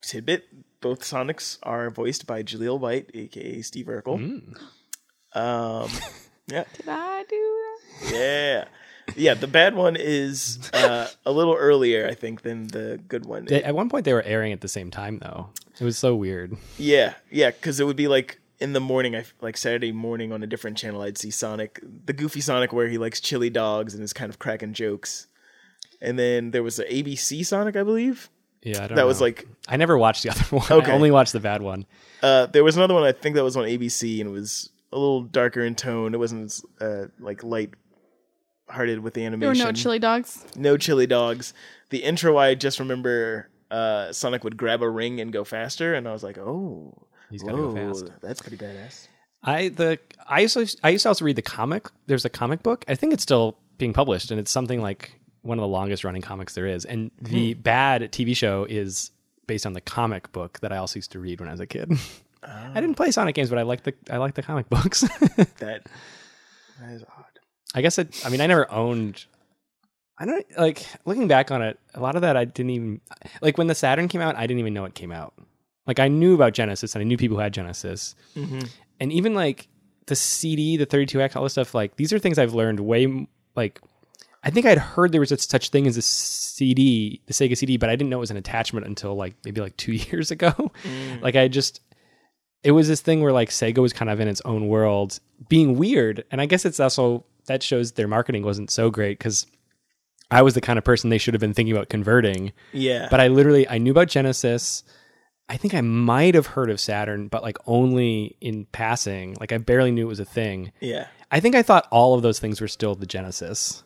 Speaker 3: tidbit, both Sonics are voiced by Jaleel White, aka Steve Urkel. Um yeah.
Speaker 2: Did I do that?
Speaker 3: Yeah. Yeah, the bad one is uh a little earlier I think than the good one.
Speaker 1: They- at one point they were airing at the same time though. It was so weird.
Speaker 3: Yeah, yeah, cuz it would be like in the morning, I f- like Saturday morning on a different channel, I'd see Sonic, the goofy Sonic, where he likes chili dogs and is kind of cracking jokes. And then there was a ABC Sonic, I believe,
Speaker 1: Yeah, I don't
Speaker 3: that was
Speaker 1: know.
Speaker 3: like
Speaker 1: I never watched the other one.
Speaker 3: Okay.
Speaker 1: I only watched the bad one.
Speaker 3: Uh, there was another one I think that was on ABC and it was a little darker in tone. It wasn't as, uh, like light hearted with the animation.
Speaker 2: There were no chili dogs.
Speaker 3: No chili dogs. The intro I just remember uh, Sonic would grab a ring and go faster, and I was like, oh,
Speaker 1: He's gotta go fast.
Speaker 3: That's pretty badass.
Speaker 1: I the I used to, I used to also read the comic. There's a comic book. I think it's still being published, and it's something like one of the longest running comics there is. And
Speaker 3: Hmm.
Speaker 1: the bad TV show is based on the comic book that I also used to read when I was a kid.
Speaker 3: Oh.
Speaker 1: I didn't play Sonic games, but I like the I like the comic books.
Speaker 3: That that is odd.
Speaker 1: I guess it. I mean, I never owned. I don't like looking back on it. A lot of that I didn't even like when the Saturn came out. I didn't even know it came out. Like I knew about Genesis and I knew people who had Genesis. And even like the CD, the 32X, all this stuff, like these are things I've learned way, m- like, I think I'd heard there was a such thing as a CD, the Sega CD, but I didn't know it was an attachment until like maybe like two years ago. Like I just, it was this thing where like Sega was kind of in its own world, being weird. And I guess it's also that shows their marketing wasn't so great because I was the kind of person they should have been thinking about converting.
Speaker 3: Yeah.
Speaker 1: But I literally I knew about Genesis. I think I might have heard of Saturn, but like only in passing. Like I barely knew it was a thing.
Speaker 3: yeah.
Speaker 1: I think I thought all of those things were still the Genesis.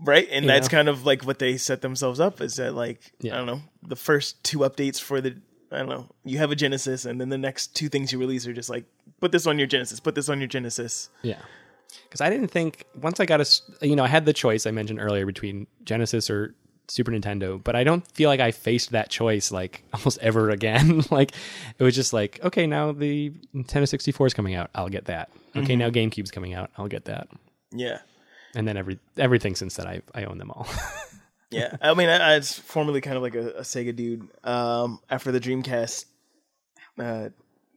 Speaker 3: Right. And
Speaker 1: You
Speaker 3: that's
Speaker 1: know?
Speaker 3: kind of like what they set themselves up is that like
Speaker 1: Yeah.
Speaker 3: I don't know, the first two updates for the I don't know, you have a Genesis and then the next two things you release are just like put this on your Genesis, put this on your Genesis.
Speaker 1: Yeah. Because I didn't think once I got a, s- you know, I had the choice I mentioned earlier between Genesis or Super Nintendo, but I don't feel like I faced that choice like almost ever again. like it was just like, okay, now the Nintendo 64 is coming out, I'll get that. Okay, now GameCube's coming out, I'll get that.
Speaker 3: Yeah.
Speaker 1: And then every everything since then, I I own them all.
Speaker 3: Yeah, I mean, I, I was formerly kind of like a, a Sega dude. Um, after the Dreamcast uh,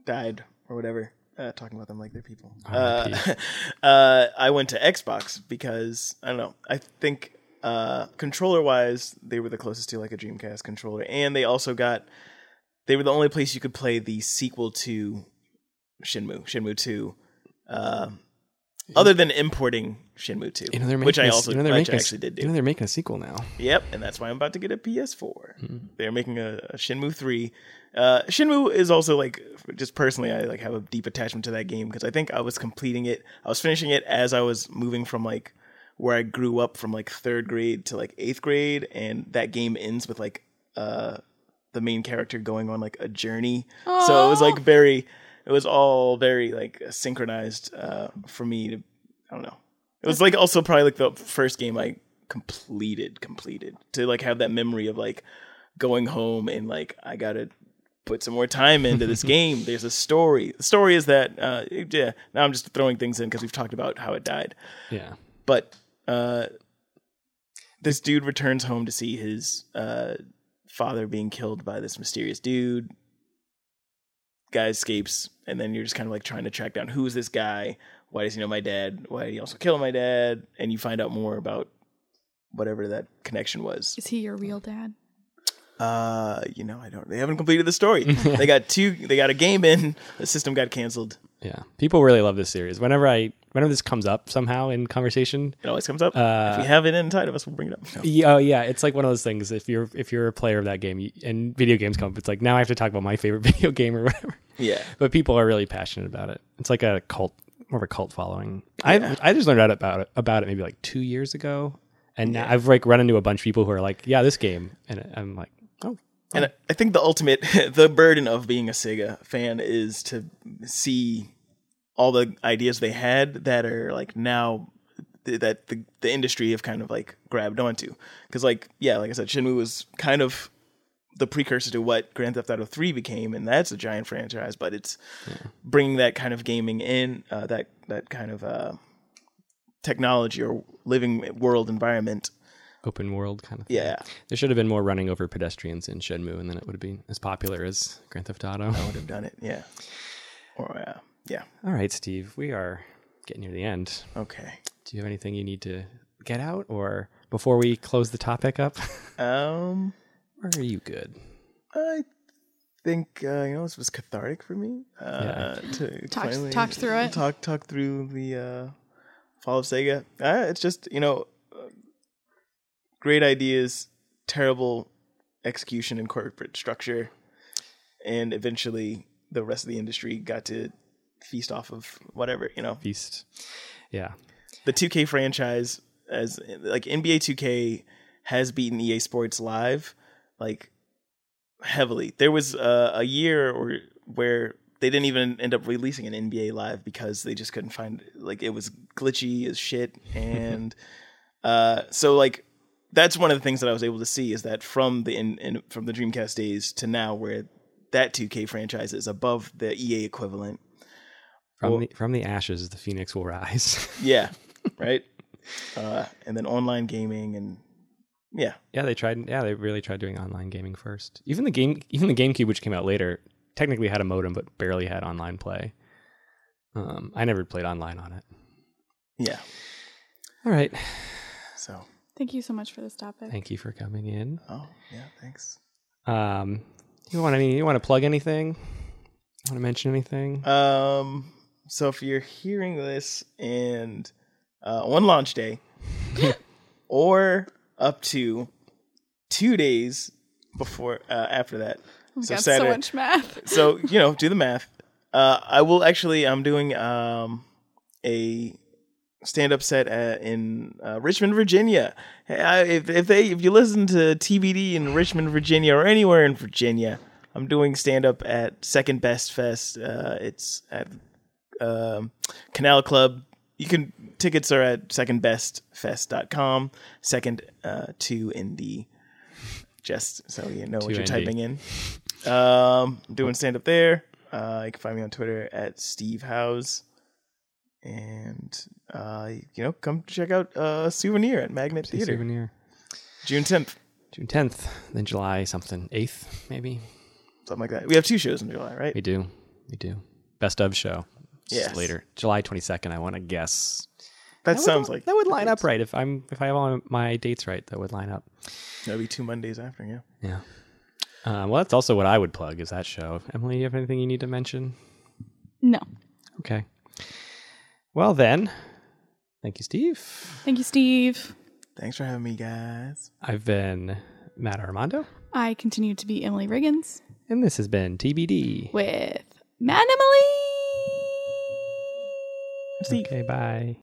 Speaker 3: died or whatever, uh, talking about them like they're people. Uh, uh, I went to Xbox because I don't know. I think uh, controller wise, they were the closest to like a Dreamcast controller, and they also got they were the only place you could play the sequel to Shinmu, Shinmu Two. Um, other than importing Shinmu 2,
Speaker 1: You know they're making
Speaker 3: which I
Speaker 1: a-
Speaker 3: also
Speaker 1: you know they're
Speaker 3: which
Speaker 1: making
Speaker 3: I
Speaker 1: a-
Speaker 3: actually did do.
Speaker 1: You know they're making a sequel now.
Speaker 3: Yep, and that's why I'm about to get a PS4. They're making a, a Shinmu three. Uh, Shinmu is also like just personally, I like have a deep attachment to that game because I think I was completing it. I was finishing it as I was moving from like where I grew up from like third grade to like eighth grade, and that game ends with like uh the main character going on like a journey. So it was like very, it was all very like synchronized uh, for me to. I don't know. It was like also probably like the first game I completed, completed to like have that memory of like going home and like I gotta put some more time into this game. There's a story. The story is that uh, yeah. Now I'm just throwing things in because we've talked about how it died
Speaker 1: Yeah.
Speaker 3: but uh, this dude returns home to see his uh, father being killed by this mysterious dude. Guy escapes, and then you're just kind of like trying to track down who is this guy? Why does he know my dad? Why did he also kill my dad? And you find out more about whatever that connection was.
Speaker 2: Is he your real dad?
Speaker 3: Uh, you know, I don't. They haven't completed the story. they got two. They got a game in. The system got canceled.
Speaker 1: Yeah. People really love this series. Whenever I whenever this comes up somehow in conversation,
Speaker 3: It always comes up.
Speaker 1: Uh,
Speaker 3: if we have it inside of us, we'll bring it up. No.
Speaker 1: yeah, oh, yeah, it's like one of those things. If you're if you're a player of that game you, and video games come up, it's like now I have to talk about my favorite video game or whatever.
Speaker 3: Yeah.
Speaker 1: But people are really passionate about it. It's like a cult, more of a cult following. I I just learned out about it about it maybe like two years ago, and now I've like run into a bunch of people who are like, yeah, this game, and I'm like, oh,
Speaker 3: And I- I think the ultimate, the burden of being a Sega fan is to see all the ideas they had that are like now th- that the, the industry have kind of like grabbed onto. Because like yeah, like I said, Shinmu was kind of the precursor to what Grand Theft Auto Three became, and that's a giant franchise. But it's bringing that kind of gaming in, uh, that that kind of uh, technology or living world environment.
Speaker 1: open world kind of. thing.
Speaker 3: Yeah,
Speaker 1: There should have been more running over pedestrians in Shenmue, and then it would have been as popular as Grand Theft Auto.
Speaker 3: would have done it. Yeah, or uh, yeah.
Speaker 1: All right, Steve, we are getting near the end.
Speaker 3: Okay.
Speaker 1: Do you have anything you need to get out, or before we close the topic up,
Speaker 3: Um,
Speaker 1: or are you good?
Speaker 3: I think uh, you know this was cathartic for me. Uh, to
Speaker 2: Talked-
Speaker 3: finally
Speaker 2: talked through it.
Speaker 3: Talk talk through the uh, fall of Sega. Uh, it's just you know, uh, great ideas, terrible execution and corporate structure, and eventually the rest of the industry got to feast off of whatever you know
Speaker 1: Feast. Yeah.
Speaker 3: the 2K franchise as like NBA 2K has beaten EA Sports Live like heavily. There was uh, a year or where they didn't even end up releasing an NBA Live because they just couldn't find like it was glitchy as shit and uh so like that's one of the things that I was able to see is that from the in, in from the Dreamcast days to now where that 2K franchise is above the EA equivalent.
Speaker 1: From
Speaker 3: Well-
Speaker 1: the from the ashes, the phoenix will rise.
Speaker 3: Yeah, right. uh, and then online gaming and yeah,
Speaker 1: yeah, they tried. Yeah, they really tried doing online gaming first. Even the game, even the GameCube, which came out later, technically had a modem, but barely had online play. Um, I never played online on it.
Speaker 3: Yeah.
Speaker 1: All right.
Speaker 3: So,
Speaker 2: Thank you so much for this topic.
Speaker 1: Thank you for coming in.
Speaker 3: oh, yeah, thanks.
Speaker 1: Um, you want any? You want to plug anything? Want to mention anything?
Speaker 3: Um, so if you're hearing this and uh, on launch day, or up to two days before uh, after that,
Speaker 2: We've
Speaker 3: so
Speaker 2: got
Speaker 3: Saturday.
Speaker 2: Oh so much math.
Speaker 3: so you know, do the math. Uh, I will actually. I'm doing um a stand up set at, in uh, Richmond, Virginia. Hey, I, if if they if you listen to TBD in Richmond, Virginia, or anywhere in Virginia, I'm doing stand up at Second Best Fest. Uh, it's at um, Canal Club. You can tickets are at secondbestfest.com. Second uh, two in the just so you know what you're
Speaker 1: 2ND.
Speaker 3: typing in. Um, I'm doing stand up there. Uh, you can find me on Twitter at Steve House. And uh, you know, come check out uh, Souvenir at Magnet
Speaker 1: Say
Speaker 3: Theater
Speaker 1: Souvenir.
Speaker 3: June 10th,
Speaker 1: June tenth, then July something eighth, maybe.
Speaker 3: something like that. We have two shows in July, right?
Speaker 1: We do. We do. Best of show. It's
Speaker 3: Yes.
Speaker 1: Later, July twenty second. I want to guess.
Speaker 3: That,
Speaker 1: would-
Speaker 3: sounds like
Speaker 1: that would line up right if I'm if I have all my dates right. That would line up.
Speaker 3: that'd be two Mondays after. Yeah.
Speaker 1: Yeah. Um, well, that's also what I would plug is that show. Emily, you have anything you need to mention?
Speaker 2: No.
Speaker 1: Okay. Well then, thank you, Steve.
Speaker 2: Thank you, Steve.
Speaker 3: Thanks for having me, guys.
Speaker 1: I've been Matt Armando,
Speaker 2: I continue to be Emily Riggins
Speaker 1: and this has been TBD.
Speaker 2: with Matt and Emily.
Speaker 3: See.
Speaker 1: Okay, bye.